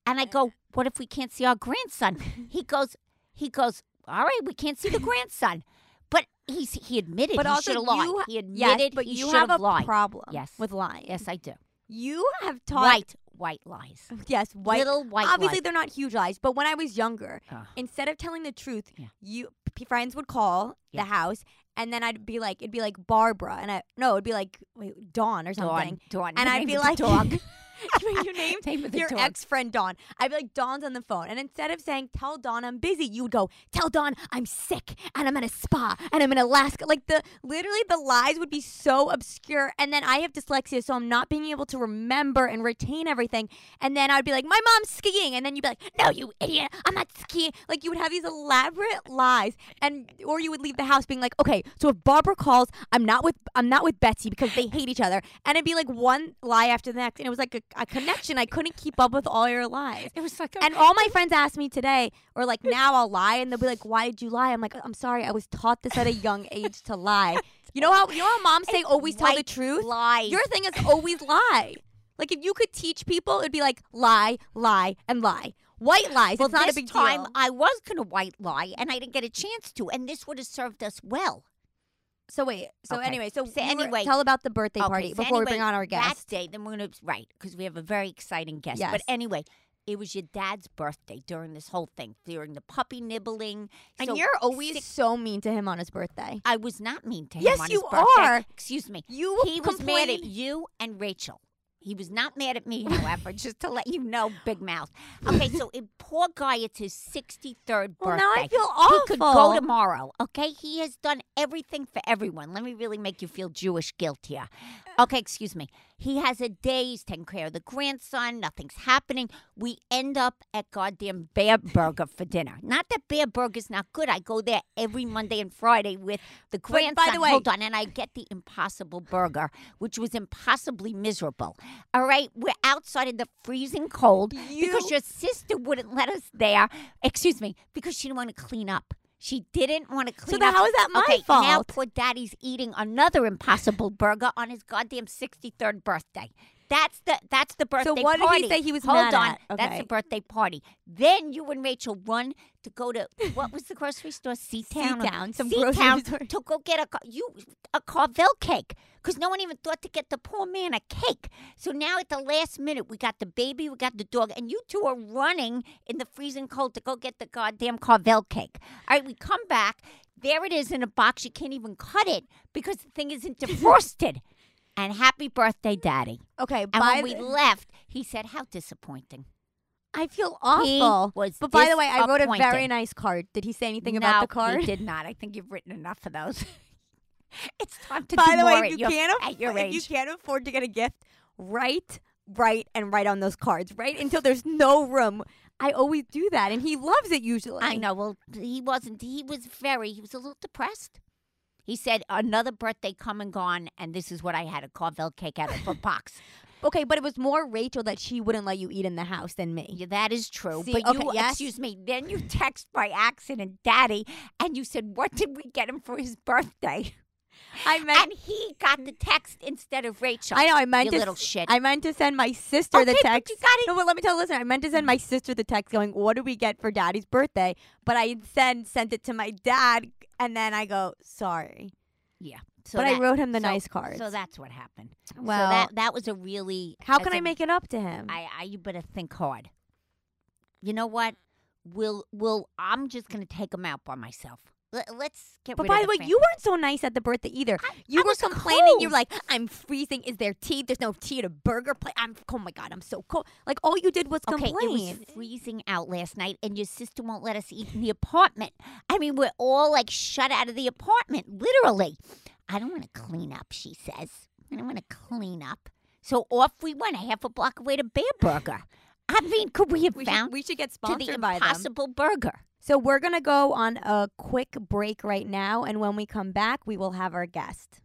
B: And I
A: Uh,
B: go, what if we can't see our grandson? he goes, he goes, all right, we can't see the grandson. But he's, he admitted
A: But
B: he
A: also
B: should have lied.
A: you-
B: he admitted
A: Yes, but
B: he
A: you
B: should
A: have a
B: lied.
A: problem.
B: Yes.
A: with lying.
B: yes, I do.
A: you have taught.
B: White, white lies.
A: Yes, white.
B: Little white
A: Obviously,
B: lies.
A: they're not huge lies. But when I was younger,
B: Ah.
A: instead of telling the truth,
B: Yeah.
A: you p- friends would call
B: Yeah.
A: the house, and then I'd be like, it'd be like Barbara, and I no, it'd be like wait, Dawn or something,
B: Dawn, Dawn.
A: and
B: the
A: I'd
B: name
A: be
B: of
A: like,
B: the dog.
A: you named
B: Name of the
A: your
B: dog.
A: ex friend Dawn. I'd be like, Dawn's on the phone, and instead of saying, "Tell Dawn I'm busy," you would go, "Tell Dawn I'm sick and I'm in a spa and I'm in Alaska." Like the literally the lies would be so obscure, and then I have dyslexia, so I'm not being able to remember and retain everything. And then I'd be like, "My mom's skiing," and then you'd be like, "No, you idiot, I'm not skiing." Like you would have these elaborate lies, and or you would leave the house being like, "Okay, so if Barbara calls, I'm not with I'm not with Betsy because they hate each other," and it'd be like one lie after the next, and it was like a, a connection. I couldn't keep up with all your lies.
B: It was like, a,
A: And all my friends ask me today, or like now I'll lie, and they'll be like, "Why did you lie?" I'm like, "I'm sorry, I was taught this at a young age to lie." You know how you know how moms say,
B: It's
A: "Always tell the
B: white
A: truth."
B: lies.
A: Your thing is always lie. Like if you could teach people, it'd be like lie, lie, and lie. White lies.
B: well,
A: it's not
B: this
A: a big
B: time
A: deal.
B: I was going to white lie, and I didn't get a chance to, and this would have served us well.
A: So wait. So
B: Okay.
A: anyway. So,
B: So
A: you were-
B: anyway-
A: tell about the birthday
B: Okay,
A: party
B: so
A: before we bring
B: anyway,
A: on our guest.
B: That day, then we're going to, right, because we have a very exciting guest. But
A: Yes.
B: anyway, it was your dad's birthday during this whole thing, during the puppy nibbling.
A: and
B: So
A: you're always
B: six-
A: so mean to him on his birthday.
B: I was not mean to him.
A: Yes,
B: on
A: you
B: his birthday.
A: are.
B: Excuse me.
A: You
B: he was mad at
A: complain-
B: you and Rachel. He was not mad at me, however, just to let you know, big mouth. Okay, so it, poor guy, it's his 63rd birthday.
A: Well, now I feel
B: He could go
A: awful.
B: tomorrow, okay? He has done everything for everyone. Let me really make you feel Jewish guilt here.
A: Uh.
B: Okay, excuse me. He has a day, he's taking care of the grandson, nothing's happening. We end up at goddamn Bear Burger for dinner. Not that Bear Burger's not good. I go there every Monday and Friday with the grandson.
A: by the way-
B: hold on, and I get the impossible burger, which was impossibly miserable. All right, we're outside in the freezing cold because
A: You-
B: your sister wouldn't let us there. Excuse me, because she didn't want to clean up. She didn't want to clean
A: then
B: up.
A: how is that my
B: okay, Now
A: fault?
B: poor daddy's eating another impossible burger on his goddamn sixty third birthday. That's the that's the birthday party.
A: what did he say he was
B: Hold
A: mad
B: on.
A: at?
B: That's the
A: Okay.
B: birthday party. Then you and Rachel run to go to what was the grocery store? Seatown.
A: Seatown, some
B: Seatown
A: grocery store.
B: to go get a ca- you a Carvel cake because no one even thought to get the poor man a cake. So now at the last minute, we got the baby, we got the dog, and you two are running in the freezing cold to go get the goddamn Carvel cake. All right, we come back. There it is in a box. You can't even cut it because the thing isn't defrosted. and happy birthday, Daddy.
A: Okay.
B: And
A: by
B: when we
A: the-
B: left, he said, "How disappointing."
A: I feel
B: He
A: awful.
B: was
A: but by the way, I wrote a very
B: disappointed.
A: nice card. Did he say anything
B: no,
A: about the card?
B: He did not. I think you've written enough of those. it's time to
A: By
B: do
A: the
B: more
A: way,
B: at
A: if you
B: your,
A: can't
B: at your
A: afford, if you
B: age.
A: can't afford to get a gift, write, write, and write on those cards. Write until there's no room. I always do that, and he loves it usually.
B: I know. Well, he wasn't. He was very. He was a little depressed. He said another birthday come and gone, and this is what I had a Carvel cake out of a box.
A: Okay, but it was more Rachel that she wouldn't let you eat in the house than me.
B: Yeah, that is true.
A: See,
B: but you,
A: okay, yes.
B: excuse me, then you text by accident, Daddy, and you said, "What did we get him for his birthday?"
A: I meant.
B: And he got the text instead of Rachel.
A: I know. I meant
B: you
A: to.
B: little
A: s-
B: shit.
A: I meant to send my sister the
B: Okay, but you
A: text.
B: got it.
A: No, but let me tell the listener. I meant to send my sister the text going, "What do we get for Daddy's birthday?" But I instead sent it to my dad, and then I go, "Sorry."
B: yeah. So
A: but I
B: that-
A: wrote him the
B: so-
A: nice cards.
B: So that's what happened.
A: Well-
B: so that that was a really.
A: How
B: that's
A: can I
B: a-
A: make it up to him?
B: I, I you better think hard. You know what? We'll we'll I'm just gonna take them out by myself. Let, let's get
A: But
B: rid
A: by
B: of
A: the way,
B: fan-
A: you weren't so nice at the birthday either. you
B: I
A: were
B: was
A: complaining. You
B: cold.
A: were like, "I'm freezing. Is there tea? There's no tea at a burger place. I'm oh my god, I'm so cold." Like all you did was
B: Okay,
A: complain.
B: it was freezing out last night, and your sister won't let us eat in the apartment. I mean, we're all like shut out of the apartment, literally. I don't want to clean up, she says. I don't want to clean up. So off we went, a half a block away to Bear Burger. I mean, could we have
A: we,
B: found
A: should, we should get
B: to
A: sponsored
B: the
A: by them.
B: Impossible Burger?
A: So we're gonna go on a quick break right now, and when we come back, we will have our guest.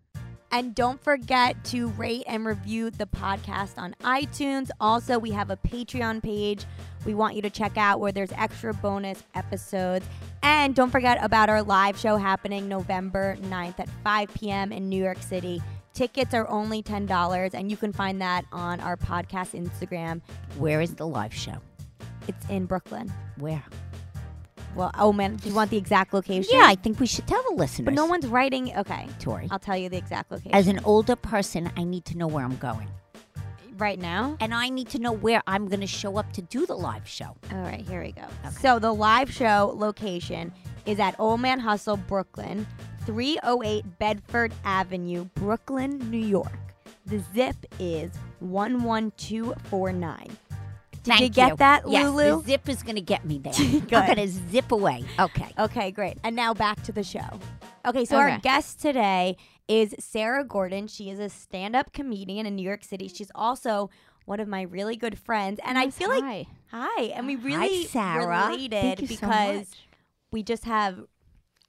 A: And don't forget to rate and review the podcast on iTunes. Also, we have a Patreon page we want you to check out where there's extra bonus episodes. And don't forget about our live show happening November 9th at 5 p.m. in New York City. Tickets are only $10, and you can find that on our podcast Instagram.
B: Where is the live show?
A: It's in Brooklyn.
B: Where?
A: Well, oh man, do you want the exact location?
B: Yeah, I think we should tell the listeners.
A: But no one's writing. Okay,
B: Tori.
A: I'll tell you the exact location
B: As an older person, I need to know where I'm going.
A: right now.
B: And I need to know where I'm going to show up to do the live show.
A: All right, here we go. So the live show location is at Old Man Hustle, Brooklyn, 308 Bedford Avenue, Brooklyn, New York. The zip is 11249. Did
B: Thank
A: you get that,
B: yes,
A: Lulu?
B: The zip is going to get me there. I'm
A: Good. Oh.
B: going to zip away. Okay.
A: Okay, great. And now back to the show. Okay, so our
B: Okay.
A: guest today is Sarah Gordon. She is a stand up comedian in New York City. She's also one of my really good friends. And I feel like,
E: Hi.
A: hi. And we really
B: Sarah.
A: related
E: Thank you so
A: because
E: much.
A: we just have.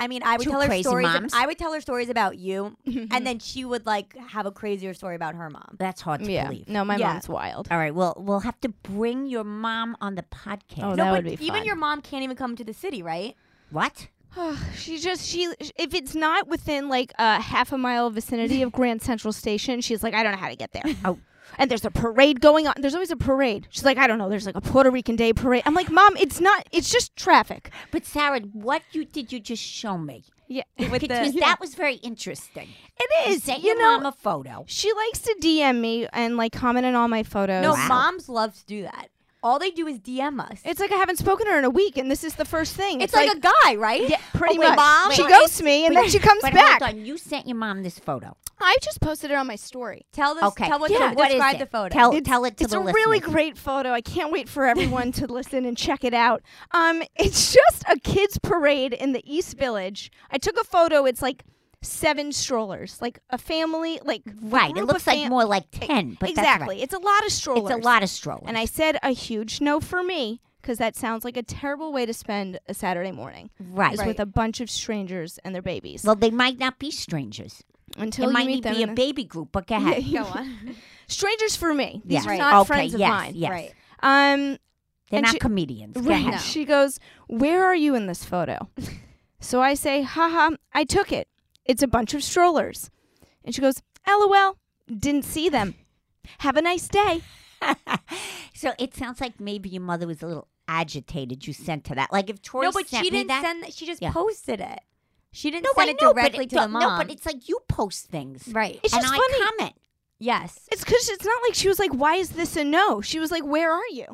A: I mean, I would
B: Two
A: tell her
B: crazy
A: stories. ab-
B: moms.
A: I would tell her stories about you, and then she would like have a crazier story about her mom.
B: That's hard to
E: yeah.
B: believe.
E: No, my
A: Yeah.
E: mom's wild.
B: All right. Well, we'll have to bring your mom on the podcast.
E: Oh,
A: No,
E: that
A: but
E: would be
A: even
E: fun.
A: your mom can't even come to the city, right?
B: What?
E: she just she if it's not within like a half a mile vicinity of Grand Central Station, she's like, I don't know how to get there.
B: Oh.
E: And there's a parade going on. There's always a parade. She's like, I don't know. There's like a Puerto Rican Day parade. I'm like, Mom, it's not. It's just traffic.
B: But Sarah, what you did you just show me?
E: Yeah,
B: Because that was very interesting.
E: it
B: You
E: is.
B: sent
E: You
B: your
E: know,
B: mom a photo.
E: she likes to DM me and like comment on all my photos.
A: No,
B: Oh, Wow.
A: moms love to do that. All they do is DM us.
E: It's like I haven't spoken to her in a week, and this is the first thing.
A: It's, like, a guy, right?
E: yeah, pretty
B: Oh, wait,
E: much.
B: Mom,
E: she
B: wait.
E: ghosts me, and then she comes
B: but
E: back.
B: hold on, you sent your mom this photo.
E: I just posted it on my story.
A: Tell this.
B: Okay.
A: Tell what.
E: Yeah.
A: so
B: What is
A: describe
B: it?
A: the photo.
B: Tell, Oh, tell it to
E: it's
B: the
E: a really
B: listeners.
E: great photo. I can't wait for everyone to listen and check it out. Um, it's just a kids parade in the East Village. I took a photo. It's like seven strollers, like a family, like a
B: Right. It
E: group
B: looks
E: of
B: like
E: fam-
B: more like 10, but
E: exactly.
B: that's
E: It's a lot of
B: right.
E: strollers.
B: It's a lot of strollers.
E: And I said a huge no for me because that sounds like a terrible way to spend a Saturday morning.
B: right.
E: Is with a bunch of strangers and their babies
B: Well, they might not be strangers.
E: until
B: it
E: you
B: might
E: meet them.
B: be a
E: in a-
B: baby group, but go ahead.
E: Yeah. strangers for me.
B: Yeah.
E: These are
B: Right.
E: not
B: Okay,
E: friends of
B: yes,
E: mine.
B: yes.
A: Right.
E: Um,
B: They're
E: And
B: not
E: she-
B: comedians. Go
E: Right.
B: ahead.
E: She goes, Where are you in this photo? so I say, Haha, I took it. It's a bunch of strollers. And she goes, LOL, didn't see them. Have a nice day.
B: So it sounds like maybe your mother was a little agitated. You sent to that, like if Tori
A: No, but
B: sent
A: she
B: me
A: didn't
B: that.
A: send that. She just
B: Yeah.
A: posted it. She didn't
B: no,
A: send
B: I
A: it
B: know,
A: directly
B: but it
A: to the
B: don't-
A: mom.
B: No, but it's like you post things,
A: right.
E: It's
B: and
E: just
B: I
E: funny.
B: comment.
A: yes.
E: It's because it's not like she was like, Why is this a no? She was like, Where are you?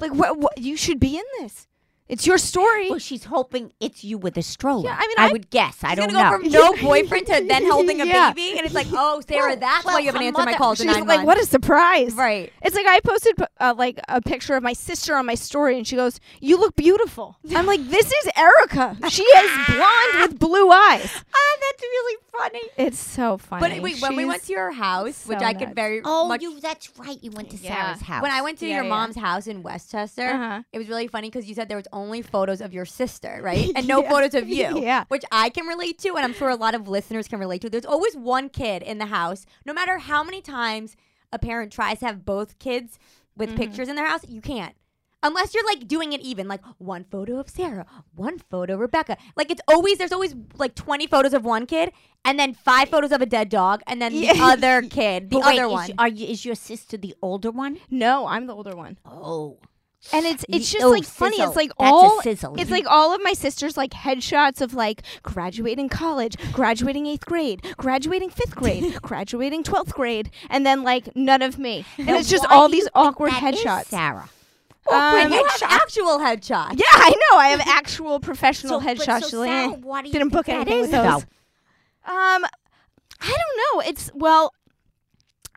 E: like, what, what? You should be in this. It's your story.
B: Well, she's hoping it's you with a stroller.
E: Yeah, I mean,
B: I
E: I-
B: would guess. I
A: She's
B: don't
A: gonna
B: know.
A: go from no boyfriend to then holding a
E: Yeah.
A: baby, and it's like, oh, Sarah,
B: Well,
A: that's
B: well,
A: why you haven't
B: her
A: answered my
B: mother-
A: calls
E: She's
A: in nine
E: like,
A: months.
E: What a surprise.
A: right?
E: It's like I posted uh, like a picture of my sister on my story, and she goes, "You look beautiful." I'm like, "This is Erica. She is blonde with blue eyes."
B: Ah, that's really funny.
E: It's so funny.
A: But wait, when we went
E: She's-
A: to your house, which
E: so
A: I could
E: nuts.
A: very
B: Oh,
A: much,
B: you. That's right. You went to
E: Yeah.
B: Sarah's house
A: when I went to
E: Yeah,
A: your
E: yeah.
A: mom's house in Westchester,
E: Uh-huh.
A: it was really funny because you said there was only photos of your sister, right, and no photos of you,
E: Yeah.
A: which I can relate to, and I'm sure a lot of listeners can relate to. There's always one kid in the house, no matter how many times a parent tries to have both kids
E: Mm-hmm.
A: with pictures in their house, you can't. Unless you're like doing it even, like one photo of Sarah, one photo of Rebecca. Like it's always there's always like 20 photos of one kid, and then five photos of a dead dog, and then the
E: Yeah.
A: other kid, the
B: But wait,
A: other
B: is-
A: one.
B: Are you? Is your sister the older one?
E: no, I'm the older one,
B: Oh,
E: and it's it's
B: Ye-
E: just
B: oh,
E: like funny.
B: sizzle.
E: It's like
B: That's a
E: all
B: sizzle.
E: it's like all of my sisters like headshots of like graduating college, graduating eighth grade, graduating fifth grade, graduating twelfth grade, and then like none of me. And
B: Now,
E: it's just
B: why
E: all
B: do you
E: these
B: think
E: awkward
B: that is
E: headshots.
B: Sarah.
E: Um,
D: you have actual headshots.
E: yeah, I know. I have actual professional
B: but-
E: headshots.
B: So,
E: Julie.
B: Sarah,
E: Eh.
B: what do you
E: Didn't
B: think
E: book
B: that
E: anything
B: is,
E: with those.
B: though?
E: Um, I don't know. It's well,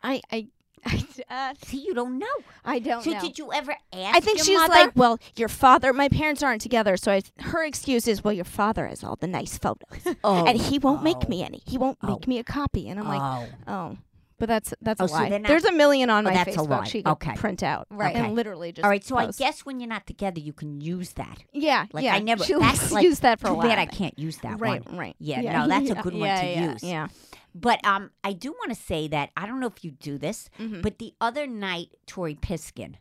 E: I I I, uh,
B: See, you don't know.
E: I
A: Oh,
E: don't
B: So
E: know.
B: did you ever ask?
E: I think
B: your
E: she's
B: mother?
E: like, well, your father. My parents aren't together, so I, her excuse is, well, your father has all the nice photos,
B: oh,
E: and he won't
B: oh.
E: make me any. He won't make me a copy. And I'm like,
B: oh.
E: oh, but that's that's
B: Oh,
E: a
B: so
E: lie.
B: they're not-
E: There's a million on
B: Oh,
E: my
B: that's a lie.
E: Facebook. She could
B: Okay.
E: print out
D: Right.
E: and
B: Okay.
E: literally just.
B: All right, so
E: post.
B: I guess when you're not together, you can use that.
E: yeah,
B: Like
E: yeah.
B: I never.
E: she
B: that's like,
E: used that for
B: too
E: a while.
B: Bad I can't use that
E: right,
B: one.
E: right.
B: Yeah, no, that's a good one
E: Yeah,
B: to
E: yeah,
B: use.
E: Yeah,
B: But um, I do want to say that I don't know if you do this,
E: Mm-hmm.
B: but the other night, Tori Piskin,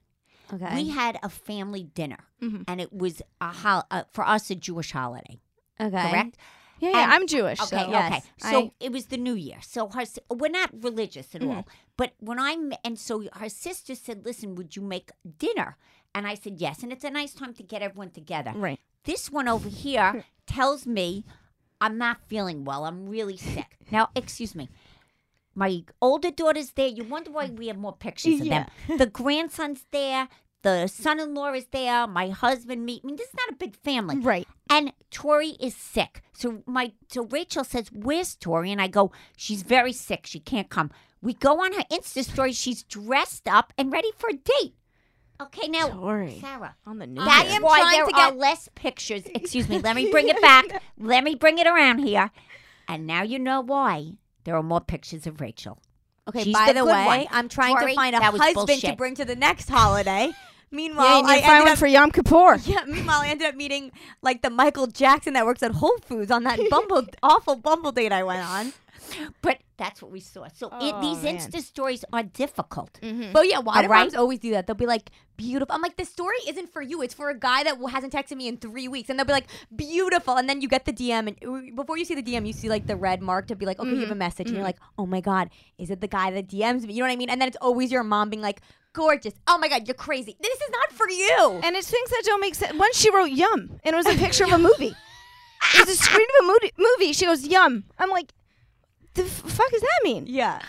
A: Okay.
B: we had a family dinner,
E: Mhm.
B: and it was a hol- uh, for us a Jewish holiday,
A: okay.
B: correct?
E: yeah, yeah.
B: And-
E: I'm Jewish.
B: Okay,
E: so
B: okay.
E: I-
B: So it was the New Year. So her, si- we're not religious at all. But when I'm, and so her sister said, "Listen, would you make dinner?" And I said, "Yes." And it's a nice time to get everyone together.
E: right.
B: This one over here tells me I'm not feeling well. I'm really sick. Now, excuse me. My older daughter's there. You wonder why we have more pictures of them. The grandson's there. The son in law is there. My husband meet. I mean, this is not a big family.
E: Right.
B: And Tori is sick. So my so Rachel says, Where's Tori? And I go, She's very sick. She can't come. We go on her Insta story. She's dressed up and ready for a date. Okay, now
E: Tori.
B: Sarah.
E: On the news.
B: That's
D: am
B: why
D: trying
B: there
D: to
B: are
D: get-
B: less pictures. Excuse me. Let me bring it back. Let me bring it around here. And now you know why there are more pictures of Rachel.
A: Okay.
B: She's
A: by
B: the
A: the,
B: good
A: way,
B: one.
A: I'm trying
B: Tori,
A: to find a
B: that was
A: husband to
B: bullshit.
A: bring to the next holiday.
E: yeah,
A: meanwhile,
E: you need
A: I
E: to find
A: ended
E: one
A: up
E: for Yom Kippur.
A: Yeah, meanwhile, I ended up meeting like the Michael Jackson that works at Whole Foods on that Bumble awful Bumble date I went on.
B: But that's what we saw. So it, these Insta stories are difficult.
D: But yeah, why do
B: Alright.
D: moms always do that? They'll be like, beautiful. I'm like, the story isn't for you. It's for a guy that w- hasn't texted me in three weeks. And they'll be like, beautiful. And then you get the DM. And before you see the DM, you see like the red mark to be like, okay, you have a message. And you're like, oh my God, is it the guy that DMs me? You know what I mean? And then it's always your mom being like, gorgeous. Oh my God, you're crazy. This is not for you.
E: And it's things that don't make sense. Once she wrote "yum," and it was a picture of a movie. It was a screen of a moody- movie. She goes "yum." I'm like, the f- fuck does that mean?
A: Yeah.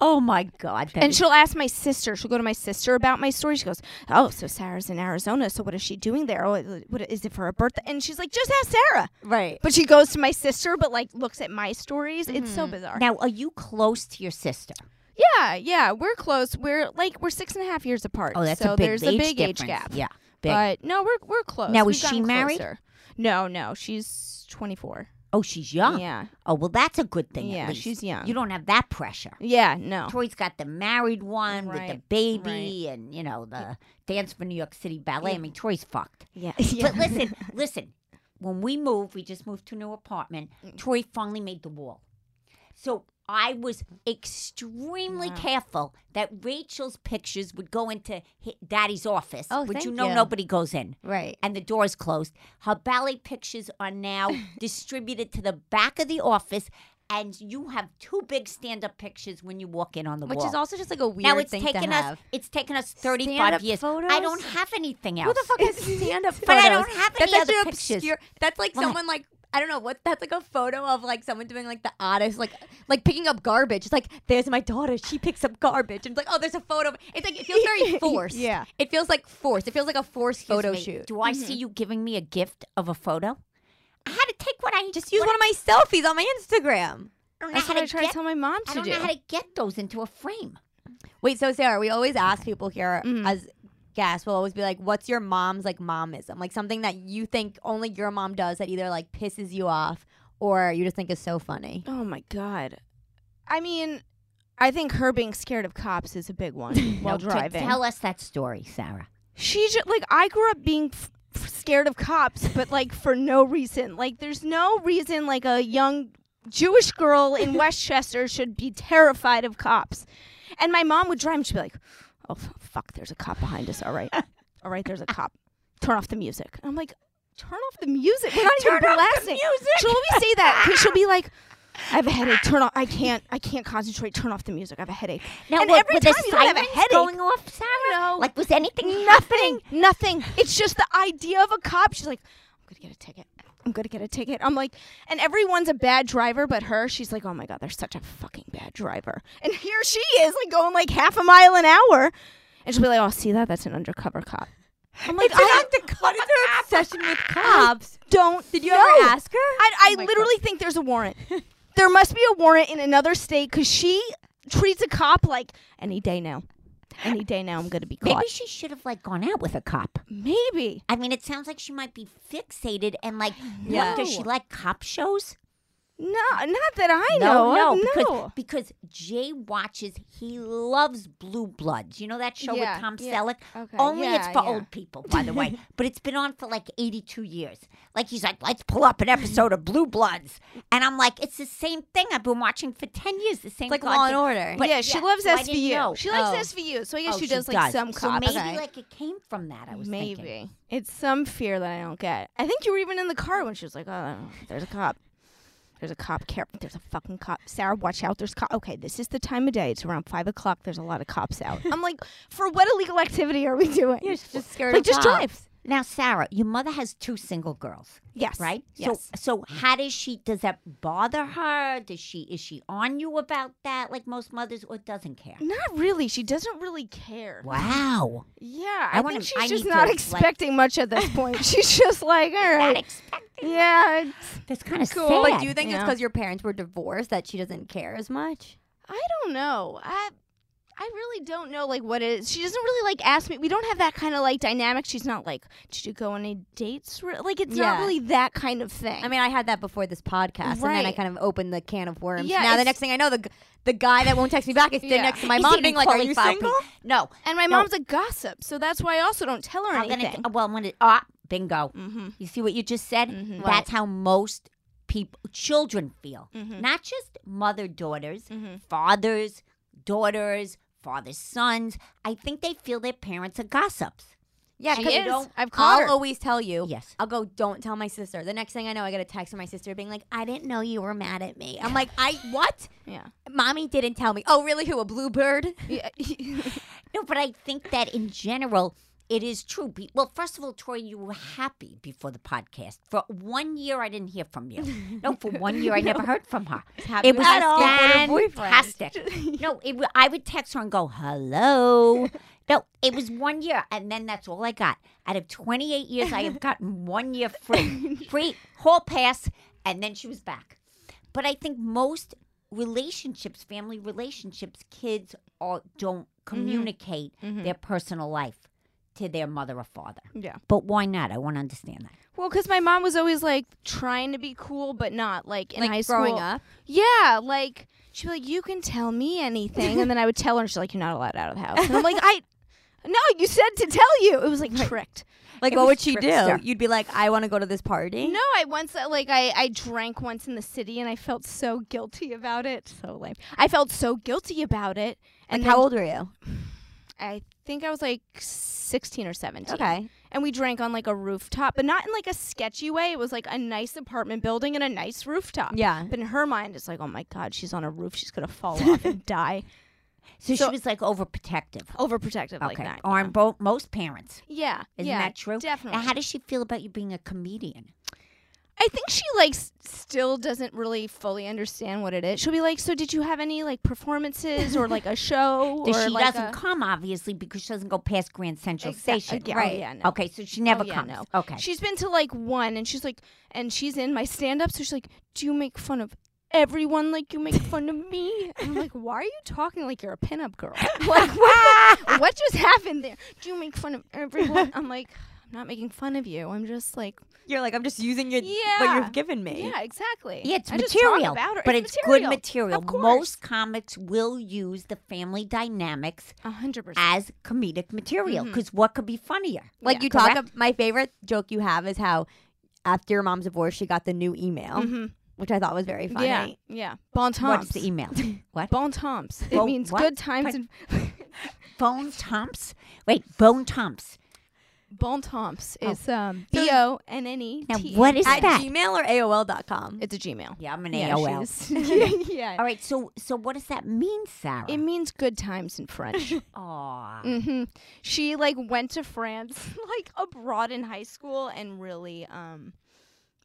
B: Oh my God. that
E: And
B: is-
E: she'll ask my sister. She'll go to my sister about my story. She goes, "Oh, so Sarah's in Arizona. So what is she doing there? Oh, what is it for her birthday?" And she's like, "Just ask Sarah."
A: Right.
E: But she goes to my sister, but like looks at my stories. It's
B: Mm-hmm.
E: so bizarre.
B: now, are you close to your sister?
E: yeah, yeah, we're close. We're like we're six and a half years apart.
B: Oh, that's
E: so
B: a big,
E: there's
B: age
E: a big age
B: difference.
E: gap.
B: Yeah. Big.
E: But no, we're we're close.
B: Now,
E: We've
B: is she
E: gotten
B: married?
E: closer. No, no, she's 24.
B: oh, she's young.
E: Yeah.
B: Oh, well, that's a good thing. at
E: Yeah,
B: least.
E: she's young.
B: You don't have that pressure.
E: Yeah, no.
B: Tori's got the married one with the
E: Right,
B: baby and, you know, the Dance for New York City Ballet. I mean, Tori's fucked.
E: Yeah.
B: But listen, listen. When we moved, we just moved to a new apartment.
D: Mm.
B: Tori finally made the wall. So I was extremely careful that Rachel's pictures would go into hi- Daddy's office,
D: Oh,
B: which you
D: thank
B: know
D: you.
B: nobody goes in.
D: Right.
B: And the door is closed. Her ballet pictures are now distributed to the back of the office, and you have two big stand-up pictures when you walk in on the
D: Which
B: wall.
D: is also just like a weird
B: now it's
D: thing
B: taken
D: to
B: us.
D: have.
B: It's taken us thirty-five
D: Stand-up
B: years. I
D: photos?
B: don't have anything else.
D: Who the fuck has stand up photos?
B: But I don't have
D: that's
B: any
D: such
B: other
D: an
B: pictures.
D: obscure- That's like
B: Why?
D: someone like I don't know what. That's like a photo of like someone doing like the oddest, like like picking up garbage. It's like there's my daughter. She picks up garbage, and it's like oh, there's a photo. of- It's like it feels very forced.
E: Yeah.
D: it feels like forced. It feels like a forced
B: Excuse
D: photo
B: me,
D: shoot.
B: Do I see
E: Mm-hmm.
B: you giving me a gift of a photo? I had to take what I
D: Just use one of my selfies on my Instagram.
B: I don't know
E: That's
B: how
E: what
B: to
E: I try to
B: get.
E: tell my mom
B: I
E: to
B: don't
E: do.
B: know how to get those into a frame.
D: Wait, so Sarah, we always ask people here
E: Mhm.
D: as guests. We'll always be like, "What's your mom's like momism? Like something that you think only your mom does that either like pisses you off or you just think is so funny."
E: Oh my god. I mean, I think her being scared of cops is a big one while
B: No, t-
E: driving.
B: tell us that story, Sarah.
E: she just like I grew up being f- f- scared of cops, but like for no reason. Like there's no reason like a young Jewish girl in Westchester should be terrified of cops. And my mom would drive and she'd be like, "Oh f- fuck, there's a cop behind us. All right, all right, there's a cop. Turn off the music." I'm like, "Turn off the music. We're not even blasting." She'll always say that 'cause she'll be like. I have a headache. Turn off. I can't. I can't concentrate. Turn off the music. I have a headache.
B: Now,
E: and
B: what,
E: every
B: were
E: time
B: the
E: you don't have a
B: sirens
E: headache,
B: going off, Sarah?
E: no.
B: Like, was anything
E: nothing, nothing. It's just the idea of a cop. She's like, I'm gonna get a ticket. I'm gonna get a ticket. I'm like, and everyone's a bad driver, but her. She's like, oh my god, they're such a fucking bad driver. And here she is, like going like half a mile an hour, and she'll be like, oh, see that? That's an undercover cop.
A: I'm like, I have to cut into an obsession with cops.
E: Don't.
A: Did you
E: know.
A: ever ask her?
E: I, I literally think there's a warrant. there must be a warrant in another state because she treats a cop like any day now. Any day now, I'm gonna be caught.
B: Maybe she should have like gone out with a cop.
E: Maybe.
B: I mean, it sounds like she might be fixated and like,
A: know.
B: what, does she like cop shows?
E: No, not that I know.
B: no,
E: of,
B: because
E: no.
B: because Jay watches. He loves Blue Bloods. You know that show
E: Yeah,
B: with Tom
E: yeah.
B: Selleck.
E: Okay,
B: Only it's
E: yeah,
B: for
E: yeah.
B: old people, by the way. but it's been on for like eighty-two years. Like he's like, let's pull up an episode of Blue Bloods, and I'm like, it's the same thing I've been watching for ten years. The same
A: Like
B: god
A: Law and
B: thing.
A: Order.
B: But
E: yeah, she loves
B: so I didn't know.
E: SVU. She likes
A: Oh.
E: SVU, so I guess
B: Oh,
E: she does like some
B: So
E: cops.
B: maybe
E: Okay.
B: like it came from that. I was
E: maybe
B: thinking.
E: it's some fear that I don't get. I think you were even in the car when she was like, "Oh, there's a cop. There's a cop. Care. There's a fucking cop. Sarah, watch out. There's cop. Okay, this is the time of day. It's around five o'clock. There's a lot of cops out. I'm like, for what illegal activity are we doing?
A: Yeah, she's just scared
E: like,
A: of
E: just
A: cops.
E: drive.
B: Now, Sarah, your mother has two single girls,
E: Yes.
B: right?
E: Yes.
B: So, so how does she? Does that bother her? Does she? Is she on you about that, like most mothers, or doesn't care?
E: not really. She doesn't really care.
B: Wow,
E: Yeah,
B: I
E: I,
B: wanna-
E: think she's
B: I
E: just
B: need
E: not
B: to, like-
E: expecting much at this point. she's just like, all
B: not
E: right,
B: expecting.
E: yeah. it's-
B: Oh, That's kind of
E: Cool.
B: sad.
A: But do you think it's
E: Yeah.
A: because your parents were divorced that she doesn't care as much?
E: I don't know. I I really don't know like what it is. She doesn't really like ask me. We don't have that kind of like dynamic. She's not like, did you go on any dates? Re-" Like it's not
A: Yeah.
E: really that kind of thing.
A: I mean, I had that before this podcast, and then I
E: Right.
A: kind of opened the can of worms. now
E: Yeah,
A: the
E: it's-
A: next thing I know, the g- the guy that won't text me back is sitting
E: Yeah.
A: next to my
B: He's
A: mom,
B: eating
A: being like, "Are you
B: cauliflower
A: single?"
B: pie. No,
E: and my
B: no.
E: mom's a gossip, so that's why I also don't tell her
B: I'm
E: anything.
B: gonna. Well, I'm gonna. Ah, bingo.
E: mm-hmm.
B: You see what you just said?
A: Mm-hmm.
E: Mhm.
B: That's how most people, children feel.
A: Mm-hmm.
E: Mhm.
B: Not just mother daughters,
E: Mhm.
B: fathers daughters, fathers sons. I think they feel their parents are gossips.
A: Yeah,
E: She
A: 'cause
E: is. I've caught
A: I'll
E: her.
A: always tell you.
B: Yes.
A: I'll go. Don't tell my sister. The next thing I know, I get a text from my sister being like, "I didn't know you were mad at me." I'm like, "I what?
E: Yeah.
A: Mommy didn't tell me." Oh, really? Who? A bluebird?
E: yeah.
B: No, but I think that in general, it is true. Be- well, first of all, Troy, you were happy before the podcast. For one year, I didn't hear from you. No, for one year, I never heard from her.
A: happy
B: It was
A: at all.
B: fantastic. no, it, wa- I would text her and go, hello. No, it was one year, and then that's all I got. Out of 28 years, I have gotten one year free, free hall pass, and then she was back. But I think most relationships, family relationships, kids all don't
E: Mm-hmm.
B: communicate their personal life to their mother or father.
E: Yeah.
B: But why not? I want to understand that.
E: Well, because my mom was always like trying to be cool, but not like in
A: Like
E: high
A: growing
E: school.
A: up?
E: Yeah, like she'd be like, "You can tell me anything," and then I would tell her, and she's like, "You're not allowed out of the house." And I'm like, "I, no, you said to tell you." It was like tricked.
A: Like,
E: It
A: what
E: was
A: would she
E: trickster.
A: do? You'd be like, "I want to go to this party."
E: No, I once uh, like I I drank once in the city, and I felt so guilty about it. So lame. I felt so guilty about it. And
A: Like, how
E: then-
A: old were you?
E: I think I was like sixteen or seventeen.
A: Okay.
E: and we drank on like a rooftop, but not in like a sketchy way. It was like a nice apartment building and a nice rooftop.
A: Yeah.
E: But in her mind, it's like, oh my God, she's on a roof. She's going to fall off and die.
B: So,
E: So-
B: she was like overprotective.
E: Overprotective like
B: okay.
E: that.
B: Aren't bo- most parents.
E: Yeah.
B: Isn't
E: yeah,
B: that true?
E: Definitely.
B: Now, how does she feel about you being a comedian?
E: I think she like s- still doesn't really fully understand what it is. She'll be like, so did you have any like performances or like a show?
B: Does
E: or
B: she
E: like
B: doesn't
E: a-
B: come, obviously, because she doesn't go past Grand Central
E: Exact-
B: Station.
E: yeah, oh, Right. yeah, no.
B: Okay, so she never
E: oh, yeah,
B: comes.
E: no.
B: Okay.
E: She's been to like one and she's like, and she's in my stand up. So she's like, do you make fun of everyone like you make fun of me? And I'm like, why are you talking like you're a pinup girl? like, what, the- what just happened there? Do you make fun of everyone? I'm like, I'm not making fun of you. I'm just like,
A: You're like, I'm just using your what
E: Yeah.
A: you've given me.
E: yeah, exactly.
B: yeah, it's
E: I just talk
B: material,
E: about her.
B: but it's,
E: it's,
B: good material.
E: Of course.
B: Most comics will use the family dynamics
E: A hundred percent.
B: as comedic material
E: Mm-hmm.
B: because what could be funnier?
A: Like
E: Yeah.
A: you talk. Ab- my favorite joke you have is how after your mom's divorce, she got the new email,
E: Mhm.
A: which I thought was very funny.
E: Yeah, yeah. Bon temps.
B: What's the email? what?
E: Bon temps. It
B: Bon-
E: means
B: what?
E: good times and
B: Bone Tomps? Wait, Bone Tomps.
E: bon temps is um,
A: So-
E: B O N N E.
B: Oh. Now,
E: T E.
B: what is
A: At
B: that?
A: Gmail or AOL.com.
E: It's a Gmail.
B: yeah, I'm an
E: Yeah,
B: AOL.
E: she's- yeah.
B: All right, so so what does that mean, Sarah?
E: It means good times in French.
B: Aw.
E: hmm She like went to France like abroad in high school and really um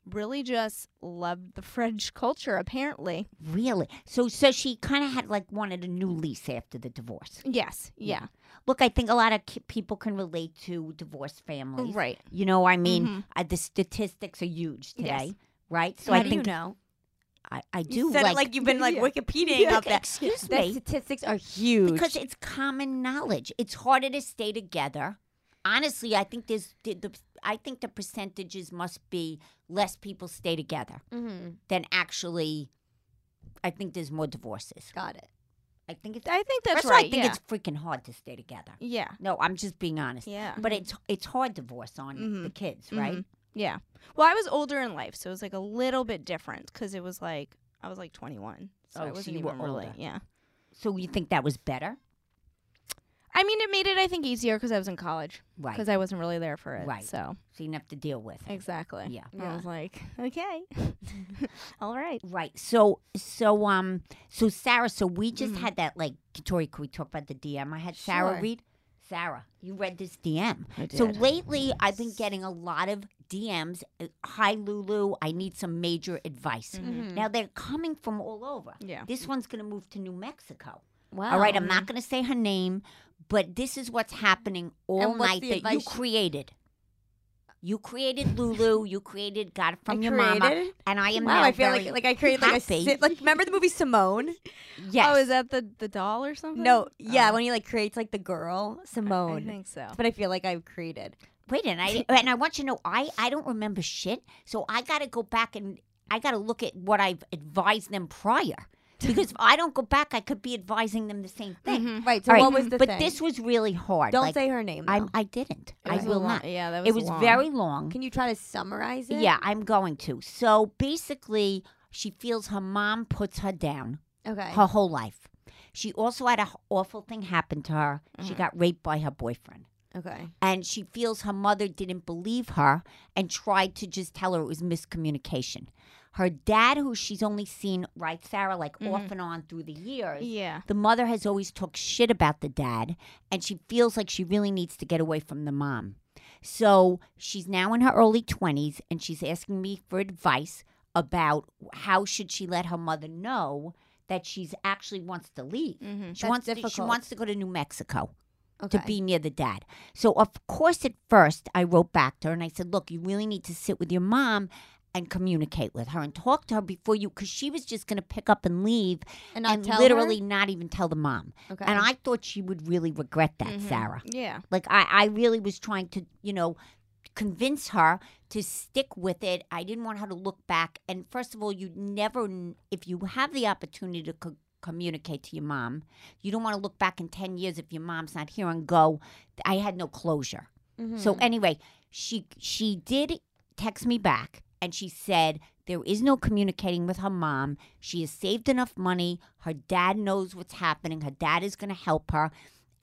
E: really just loved the French culture apparently.
B: Really? So so she kind of had like wanted a new lease after the divorce.
E: Yes. Yeah.
B: look, I think a lot of ki- people can relate to divorced families.
E: Right.
B: You know, I mean,
A: Mm-hmm.
B: uh, the statistics are huge today, right? So I
A: do
B: think
A: you know?
B: I, I do
A: You said
B: like,
A: it like you've been like Wikipediaing up
B: Okay,
A: that.
B: Excuse
A: That
B: me.
A: statistics are huge.
B: Because it's common knowledge. It's harder to stay together. Honestly, I think there's the, the I think the percentages must be less people stay together
A: Mm-hmm.
B: than actually. I think there's more divorces.
A: got it.
B: I think it's
E: I think that's
B: first of all,
E: right.
B: I think
E: yeah.
B: it's freaking hard to stay together.
E: yeah.
B: No, I'm just being honest.
E: Yeah.
B: But it's it's hard divorce on the
E: Mhm.
B: kids, right?
E: Mhm. Yeah. Well, I was older in life, so it was like a little bit different because it was like I was like 21, so
B: Oh,
E: I
B: so
E: wasn't
B: you
E: even
B: were
E: really.
B: older.
E: Yeah.
B: So you think that was better,
E: I mean, it made it I think easier because I was in college
B: right?
E: because I wasn't really there for it.
B: Right.
E: So
B: so you didn't have to deal with it.
E: exactly.
B: Yeah.
E: I was like, okay, all right.
B: Right. So so um so Sarah, so we just
E: Mm-hmm.
B: had that like Tori, could we talk about the DM I had Sarah
A: Sure.
B: read? Sarah, you read this DM. So lately I've been getting a lot of DMs. uh, Hi Lulu, I need some major advice. Now they're coming from all over.
E: Mm-hmm. Yeah.
B: This one's gonna move to New Mexico.
A: Wow.
B: All right, I'm not gonna say her name, but this is what's happening all
A: And what's
B: night
A: the
B: that you
A: advice she-
B: created. You created Lulu. You created got it from
A: I
B: your mama,
A: created?
B: and I am
A: Wow,
B: now
A: I feel
B: very-
A: like like I created like a
B: happy.
A: si- like remember the movie Simone?
B: yes.
E: Oh, is that the the doll or something? Oh,
A: No, yeah, when he like creates like the girl Simone.
E: I think so.
A: That's what I feel like I've created.
B: Wait, and I and I want you to know I I don't remember shit, so I got to go back and I got to look at what I've advised them prior, because if I don't go back, I could be advising them the same thing.
A: Right. Mm-hmm. So
B: All right,
A: what was the
B: but
A: thing?
B: this was really hard.
A: Don't
B: like,
A: say her name.
B: I
A: though.
B: I didn't. I
E: was a
B: will
E: long-
B: not.
E: yeah, that
B: it was
E: was long.
B: very long.
A: Can you try to summarize it?
B: Yeah, I'm going to. So basically, she feels her mom puts her down
A: Okay.
B: her whole life. She also had an awful thing happen to her. She got raped by her boyfriend.
A: Okay.
B: and she feels her mother didn't believe her and tried to just tell her it was miscommunication. Her dad, who she's only seen, right, Sarah, like off and on through the years.
E: Yeah.
B: The mother has always talked shit about the dad, and she feels like she really needs to get away from the mom. So she's now in her early 20s, and she's asking me for advice about how should she let her mother know that she's actually wants to leave. She
A: Mm-hmm. That's
B: wants to, she
A: difficult.
B: wants to go to New Mexico
A: Okay.
B: to be near the dad. So, of course, at first, I wrote back to her and I said, Look, you really need to sit with your mom and communicate with her and talk to her before you, because she was just going to pick up and leave
A: And not tell her?
B: literally not even tell the mom.
A: Okay. Mm-hmm.
B: And I thought she would really regret that, Sarah.
E: Mm-hmm. Yeah.
B: Like, I, I really was trying to, you know, convince her to stick with it. I didn't want her to look back. And first of all, you never, kn- if you have the opportunity to co- communicate to your mom, you don't want to look back in 10 years if your mom's not here and go, I had no closure.
A: Mm-hmm.
B: So
A: Hmm.
B: anyway, she she did text me back and she said there is no communicating with her mom. She has saved enough money. Her dad knows what's happening. Her dad is going to help her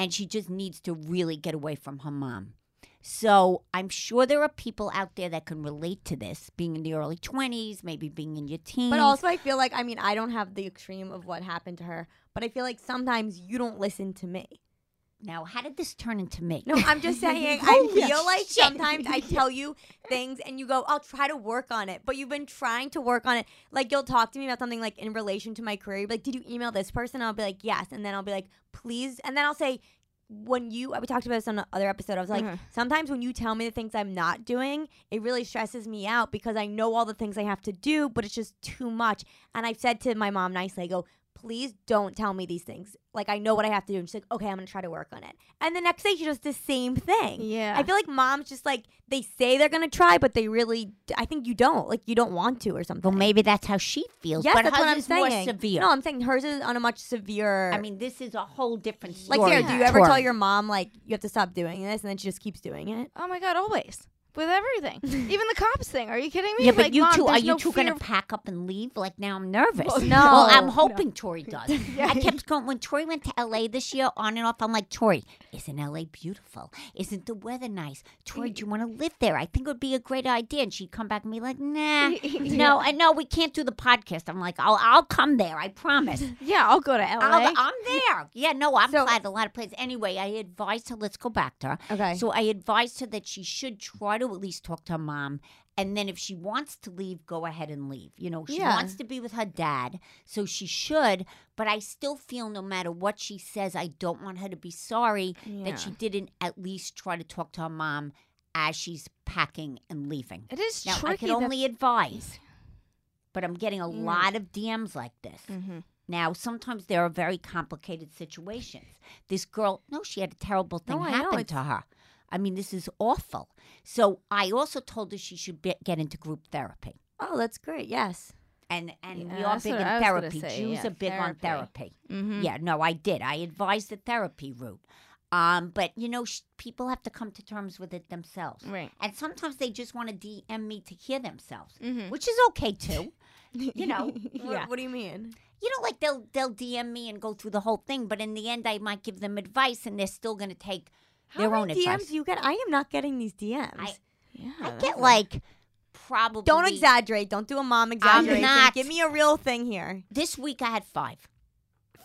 B: and she just needs to really get away from her mom. So I'm sure there are people out there that can relate to this, being in the early 20s, maybe being in your teens.
A: But also, I feel like I mean, I don't have the extreme of what happened to her, but I feel like sometimes you don't listen to me.
B: now, how did this turn into me?
A: No, I'm just saying. I
B: Holy
A: feel like
B: Oh, shit.
A: sometimes I tell you things and you go, "I'll try to work on it," but you've been trying to work on it. Like you'll talk to me about something like in relation to my career. You'll be like, "Did you email this person?" I'll be like, "Yes," and then I'll be like, "Please," and then I'll say. When you, we talked about this on another episode. I was like, sometimes when you tell me the things I'm not doing, it really stresses me out because I know all the things I have to do, but it's just too much. And I've said to my mom nicely, I go, please don't tell me these things. Like I know what I have to do. And she's like, okay, I'm gonna try to work on it. And the next day she does the same thing.
E: Yeah.
A: I feel like moms just like they say they're gonna try, but they really I think you don't. Like you don't want to or something.
B: Well, maybe that's how she feels.
A: yes,
B: but
A: that's
B: hers
A: what I'm
B: is
A: saying.
B: more severe.
A: No, I'm saying hers is on a much severe
B: I mean, this is a whole different
A: like
B: story.
A: Sarah, do you ever tell
B: Tori.
A: your mom like you have to stop doing this and then she just keeps doing it?
E: Oh my god, always with everything, even the cops thing. Are you kidding me?
B: Yeah, but
E: Like,
B: you
E: Mom,
B: two are
E: there's
B: you
E: no
B: two
E: fear
B: gonna
E: of-
B: pack up and leave? Like now I'm nervous.
A: no.
B: Well, I'm
A: No.
B: hoping Tori does. I kept going when Tori went to LA this year, on and off. I'm like, Tori, isn't LA beautiful? Isn't the weather nice? Tori, do you want to live there? I think it would be a great idea. And she'd come back and be like, Nah, no, I no, we can't do the podcast. I'm like, I'll I'll come there. I promise.
E: Yeah, I'll go to LA.
B: I'll, I'm there. Yeah, no, I'm glad a lot of places. Anyway, I advised her. Let's go back to her.
A: Okay.
B: So I advised her that she should try try to at least talk to her mom. And then if she wants to leave, go ahead and leave. You know, she
E: Yeah.
B: wants to be with her dad, so she should. But I still feel no matter what she says, I don't want her to be sorry
E: Yeah.
B: that she didn't at least try to talk to her mom as she's packing and leaving.
E: It is
B: Now, I
E: tricky. Mm.
B: could only advise, but I'm getting a lot of DMs like this.
E: Mhm.
B: Now, sometimes there are very complicated situations. This girl, no, she had a terrible thing
D: No, I know,
B: happen to her. I mean, this is awful. So I also told her she should be, get into group therapy.
A: Oh, that's great. Yes.
B: And and we
E: Yeah,
B: are
E: that's
B: big
E: what
B: in
E: I was gonna
B: therapy.
E: say,
B: Jews
E: yeah,
B: are big on
E: therapy.
B: therapy.
E: Mhm.
B: Yeah, no, I did. I advised the therapy route. Um, but you know, sh- people have to come to terms with it themselves.
E: Right.
B: And sometimes they just want to DM me to hear themselves,
A: Mm-hmm.
E: Mhm.
B: which is okay too. you know,
E: yeah.
A: What do you mean?
B: you know, like they'll they'll DM me and go through the whole thing, but in the end, I might give them advice, and they're still going to take
A: How
B: their own
A: many DMs
B: advice.
A: do you get? I am not getting these DMs.
B: I-
E: Yeah.
B: I get like probably
A: don't exaggerate. Don't do a mom exaggeration.
B: not.
A: Give me a real thing here.
B: This week I had five.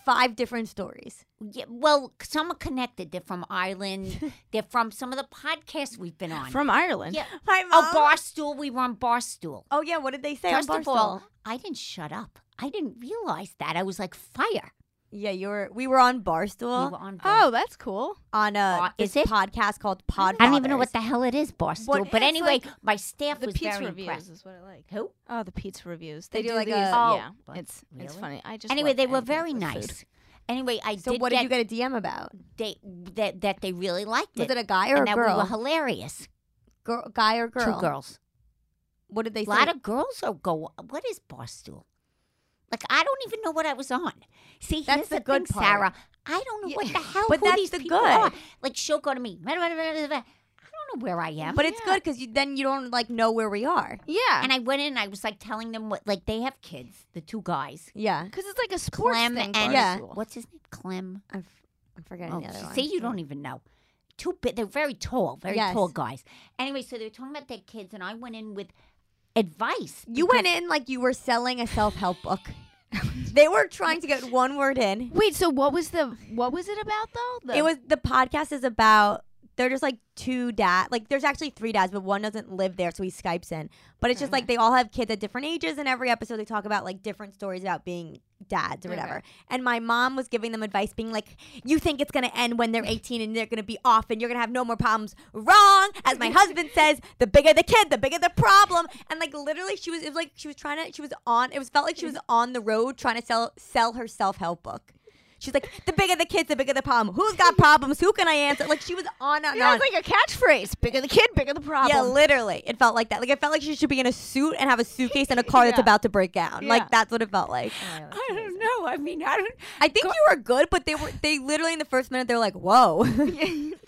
A: Five different stories.
B: Yeah, well, some are connected. They're from Ireland. they're from some of the podcasts we've been on.
E: From Ireland.
B: yeah.
A: My
B: Oh,
A: mom.
B: Barstool. We were on Barstool.
A: Oh, yeah. What did they say?
B: First
A: on
B: of all,
A: Barstool?
B: I didn't shut up. I didn't realize that. I was like fire.
A: yeah, you were. We were on Barstool
B: we were on Barstool.
E: Oh, that's cool.
A: on a
B: Bar-
A: this
B: is it?
A: podcast called Pod.
B: I don't even know what the hell it is, Barstool.
A: What-
B: but
A: it's
B: anyway,
A: like
B: my staff
E: the
B: was
E: pizza
B: very
E: reviews
B: impressed.
E: is what I like.
B: Who?
E: Oh, the pizza reviews. They,
A: do
E: do
A: like
E: like these.
A: a-
B: Oh,
E: yeah,
B: but
E: it's it's
B: really?
E: funny. I just
B: Anyway,
E: love
B: they were
E: anything
B: very
E: with food.
B: nice. Anyway, I
A: So
B: did
A: what
B: get,
A: did you get a DM about?
B: they that that they really liked
A: Was
B: it,
A: it a guy or
B: and
A: a
B: that
A: girl?
B: we were hilarious.
A: Girl- guy or girl?
B: Two girls.
A: What did they
B: A
A: say?
B: lot of girls are go. What is barstool? Like I don't even know what I was on. See,
A: That's
B: here's
A: the
B: the,
A: good
B: thing,
A: part.
B: Sarah. I don't know what the hell.
A: But
B: who
A: that's
B: these
A: the
B: people
A: good.
B: Are. Like she'll go to me. I don't know where I am.
A: but it's good because you, then you don't like know where we are.
E: Yeah,
B: and I went in. and I was like telling them what like they have kids. The two guys,
A: Yeah,
E: because it's like a sports
B: Clem
E: thing.
B: and
E: Barstool.
A: Yeah.
B: what's his name? Clem. Oh,
A: I'm, f- I'm forgetting the other
B: see,
A: one.
B: you don't even know. Two big, they're very tall, very
A: Yes.
B: tall guys. Anyway, so they were talking about their kids, and I went in with advice.
A: You went in like you were selling a self help book. they were trying to get one word in.
E: Wait, so what was the what was it about though? The,
A: It was the podcast is about they're just like two dad like there's actually three dads, but one doesn't live there, so he Skypes in. But it's just like they all have kids at different ages and every episode they talk about like different stories about being dads or whatever. And my mom was giving them advice, being like, You think it's gonna end when they're eighteen and they're gonna be off and you're gonna have no more problems. Wrong. As my husband says, the bigger the kid, the bigger the problem. And like literally she was it was like she was trying to she was on it was felt like she was on the road trying to sell sell her self help book. She's like, the bigger the kids, the bigger the problem. Who's got problems? Who can I answer? Like she was on and
E: yeah,
A: on.
E: it's like a catchphrase: bigger the kid, bigger the
A: yeah,
E: problem.
A: literally. It felt like that. Like it felt like she should be in a suit and have a suitcase and a car that's
E: Yeah.
A: about to break down.
E: Yeah.
A: Like that's what it felt like.
B: I don't know. I mean, I don't.
A: I think you were good, but they were they literally in the first minute they were like, whoa.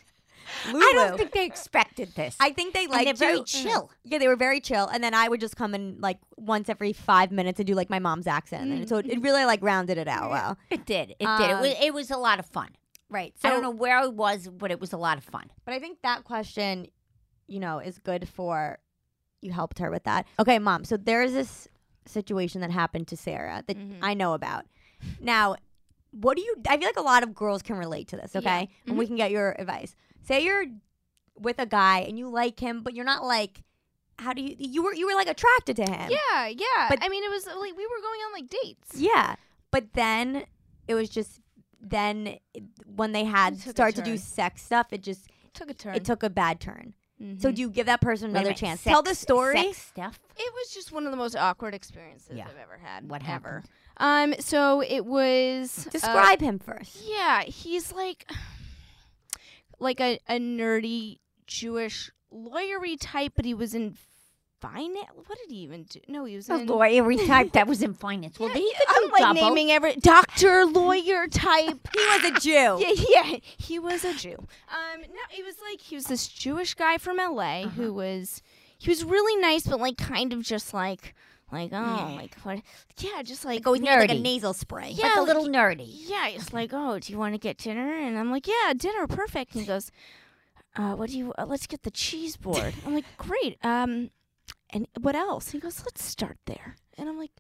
B: I
A: Lulu.
B: don't think they expected this.
A: I think they
B: and
A: liked
B: they're very
A: you.
B: chill.
A: Yeah, they were very chill. And then I would just come in like once every five minutes and do like my mom's accent. And so it, it really like rounded it out well.
B: It did. It did. It
A: Um,
B: was, it was a lot of fun.
A: Right.
B: I don't know where I was, but it was a lot of fun.
A: But I think that question, you know, is good for you helped her with that. Okay, mom. So there is this situation that happened to Sarah that
E: Mm-hmm.
A: I know about. Now, what do you I feel like a lot of girls can relate to this, okay? And
E: Mm-hmm.
A: we can get your advice. Say you're with a guy and you like him, but you're not like how do you you were you were like attracted to him.
E: yeah, yeah.
A: But-
E: I mean, it was like we were going on like dates.
A: Yeah. But then it was just then when they had
E: It took a
A: start to do
E: turn.
A: sex stuff, it just
E: Took a turn.
A: it took a bad turn.
E: Mhm.
A: So do you give that person
B: Wait a
A: another
B: minute,
A: chance?
B: sex-
A: Tell the story.
B: Sex stuff.
E: It was just one of the most awkward experiences
B: Yeah.
E: I've ever had.
B: What
E: ever.
B: happened?
E: Um. So it was uh,
A: Describe him first.
E: yeah, he's like, like a, a nerdy Jewish lawyery type, but he was in finance. What did he even do? No, he was
B: A
E: in.
B: lawyery type that was in finance. Well, he could
E: I'm
B: do
E: like
B: double.
E: naming every doctor lawyer type.
A: He was a
B: Oh.
A: Jew.
E: yeah, yeah, he was a Jew. Um, no, he was like he was this Jewish guy from LA
B: Uh-huh.
E: who was he was really nice, but like kind of just like like oh like what yeah just like
A: Always need like a
B: Nerdy.
A: nasal spray.
E: yeah
B: like a
E: like,
B: little nerdy.
E: yeah, it's like, oh, do you want to get dinner? And I'm like, yeah, dinner, perfect. And he goes, uh, what do you? Uh, let's get the cheese board. I'm like, great. Um, and what else? He goes, let's start there. And I'm like,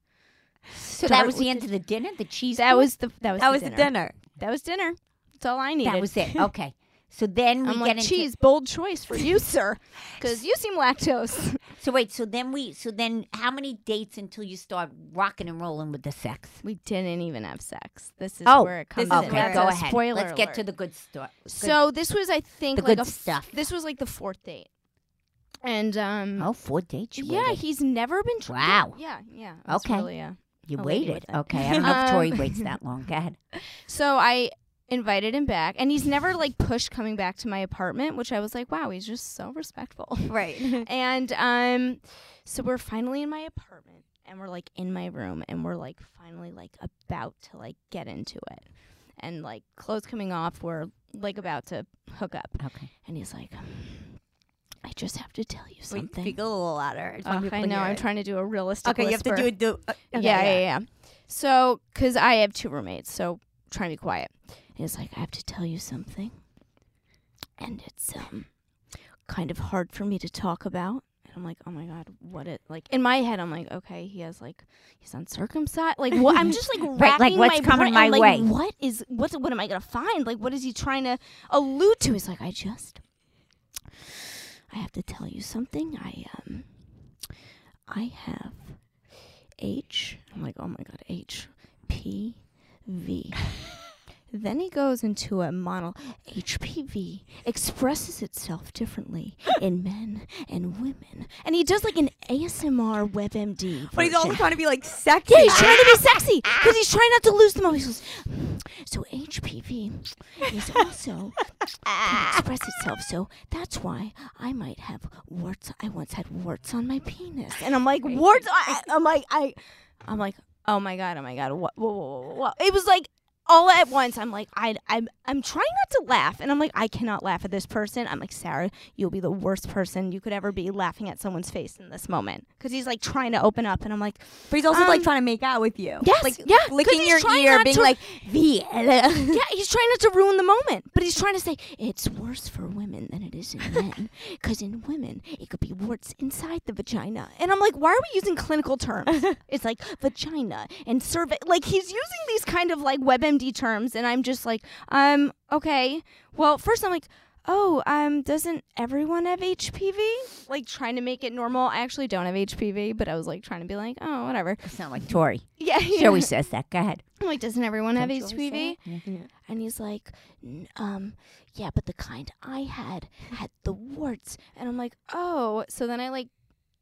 B: So that was the end of the dinner. The cheese.
E: That was the that was
A: That
E: the
A: was the
E: dinner.
A: dinner.
E: That was dinner. That's all I needed.
B: That was it. Okay. So then we
E: I'm
B: get
E: like,
B: into
E: geez, bold choice for you, sir, because you seem lactose.
B: So wait, so then we so then how many dates until you start rocking and rolling with the sex?
E: We didn't even have sex. This is
B: Oh,
E: where it
A: this
E: comes
A: is
E: in.
A: where
B: Okay,
A: it
E: That's
B: go
E: a
B: ahead.
E: Spoiler
B: Let's get to
E: alert.
B: the good stuff.
E: So this was, I think,
B: The
E: like
B: good
E: a f-
B: stuff.
E: This was like the fourth date, and um,
B: oh, four dates. You
E: yeah,
B: waited.
E: he's never been. Tr-
B: wow,
E: Yeah, yeah. it was
B: Okay.
E: really, uh,
B: you
E: a lady
B: waited.
E: with it.
B: Okay, I don't know if
E: Um,
B: Tori waits that long. Go ahead.
E: So I invited him back, and he's never like pushed coming back to my apartment, which I was like, wow, he's just so respectful.
A: Right.
E: and um, so we're finally in my apartment, and we're like in my room, and we're like finally like about to like get into it, and like clothes coming off, we're like about to hook up,
B: Okay.
E: and he's like. "Hmm, I just have to tell you
A: Wait,
E: something.
A: speak a little louder. Just want
E: Ugh,
A: people
E: I
A: to
E: know.
A: hear
E: I'm
A: it.
E: trying to do a realistic.
A: Okay, you have to
E: whisper.
A: do it. Do, uh, okay,
E: yeah, yeah, yeah. So, because I have two roommates, so trying to be quiet. And it's like, I have to tell you something. And it's um kind of hard for me to talk about. And I'm like, oh my God, what it, like, in my head, I'm like, okay, he has like, he's uncircumcised. Like, what? I'm just like,
B: like,
E: racking
B: what's
E: my
B: coming
E: brain.
B: my
E: I'm like,
B: way?
E: What is, what's, what am I going to find? Like, what is he trying to allude to? He's like, I just, I have to tell you something. I, um, I have H. I'm like, oh my god, H P V. then he goes into a model. HPV expresses itself differently in men and women, and he does like an ASMR WebMD.
A: But he's
E: version.
A: also trying to be like sexy.
E: Yeah, he's trying to be sexy because he's trying not to lose the moment. He goes, so HPV is also can express itself, so that's why I might have warts. I once had warts on my penis, and I'm like warts. I, I'm like I, I'm like oh my god, oh my god, what, whoa, whoa, whoa, whoa. It was like all at once. I'm like I, I'm, I'm trying not to laugh, and I'm like I cannot laugh at this person. I'm like Sarah, you'll be the worst person you could ever be laughing at someone's face in this moment because he's like trying to open up, and I'm like.
A: But he's also like
E: Um,
A: trying to make out with you.
E: Yes,
A: Like
E: yeah, 'cause
A: licking
E: he's
A: your
E: trying
A: ear,
E: not
A: being
E: to-
A: like, Vienna.
E: yeah, he's trying not to ruin the moment, but he's trying to say it's worse for women than it is in men, because in women it could be warts inside the vagina. And I'm like, why are we using clinical terms? it's like vagina and cervix. Like he's using these kind of like WebMD terms, and I'm just like, um, okay. Well, first I'm like. Oh, um, doesn't everyone have HPV? Like trying to make it normal. I actually don't have HPV, but I was like trying to be like, oh, whatever.
B: It's not like Tori.
E: Yeah,
B: She always says that. Go ahead.
E: I'm like, doesn't everyone have
B: Don't you always say
E: HPV?
B: that?
E: And he's like, "N- um, yeah, but the kind I had
B: Hmm.
E: had the warts. And I'm like, oh. So then I like,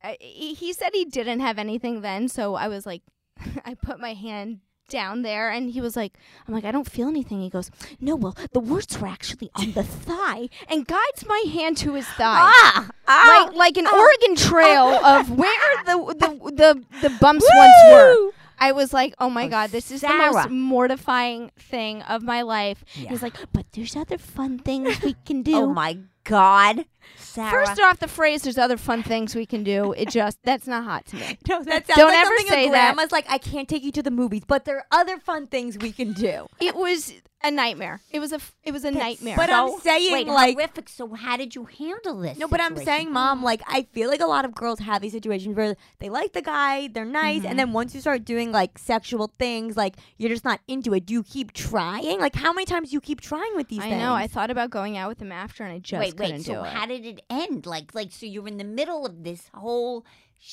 E: I, he he said he didn't have anything then. So I was like, I put my hand down there and he was like, I'm like, I don't feel anything. He goes, no, well, the warts were actually on the thigh and guides my hand to his thigh.
B: Ah, ah,
E: like, like an Oregon Trail of where the the the, the bumps once were.
B: Woo!
E: I was like, oh my
B: Oh,
E: god, this is the
B: Sarah.
E: most mortifying thing of my life.
B: Yeah.
E: He's like, but there's other fun things we can do.
B: Oh my God, Sarah.
E: First off, the phrase "there's other fun things we can do" it just that's not hot to me.
A: No, that sounds
E: Don't
A: like
E: ever
A: something
E: say
A: a
E: that.
A: grandma's like, I can't take you to the movies, but there are other fun things we can do.
E: It was a nightmare. It was a f- it was a nightmare.
A: But I'm
B: So-
A: saying
B: wait,
A: like
B: horrific. So how did you handle this?
A: No, but I'm
B: situation?
A: saying, mom, like I feel like a lot of girls have these situations where they like the guy, they're nice, and then once you start doing like sexual things, like you're just not into it. Do you keep trying? Like how many times do you keep trying with these
E: I
A: things?
E: know. I thought about going out with him after, and I just
B: wait,
E: couldn't
B: wait.
E: do
B: So
E: it.
B: how did it end? Like, like so you're in the middle of this whole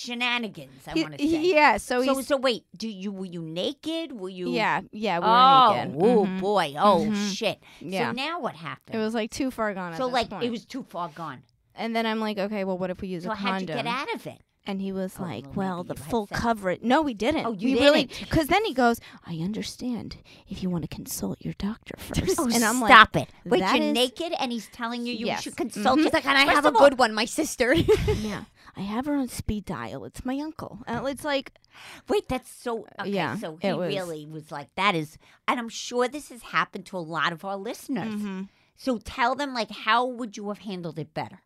B: shenanigans. I
E: He-
B: want to say.
E: he- yeah. So,
B: So
E: he's
B: so wait. Do you were you naked? Were you?
E: yeah yeah we
B: oh,
E: were naked.
B: oh
E: Mhm.
B: boy. Oh
E: Mhm.
B: shit.
E: Yeah.
B: So now what happened?
E: It was like too far gone. At
B: so
E: this
B: like
E: point.
B: it was too far gone.
E: and then I'm like, okay, well, what if we use
B: So
E: a condom?
B: how'd you get out of it?
E: And he was
B: Oh,
E: like,
B: well,
E: "Well,
B: maybe
E: the
B: you had
E: full
B: sex.
E: coverage." No, we didn't.
B: Oh, you
E: we really
B: didn't.
E: because then he goes, "I understand if you want to consult your doctor first.
B: Oh,
E: and I'm like,
B: stop it! Wait,
E: that
B: you're
E: is-
B: naked, and he's telling you you
E: Yes. Mm-hmm.
B: should consult. He's like,
A: and I
B: First
A: have a
B: of all-
A: good one, my sister.
E: "Yeah, I have her on speed dial. It's my uncle." Uh, it's like,
B: Wait, that's so. Okay,
E: Yeah,
B: so
E: it
B: he
E: was-
B: really was like, that is, and I'm sure this has happened to a lot of our listeners.
E: Mm-hmm.
B: So tell them, like, how would you have handled it better?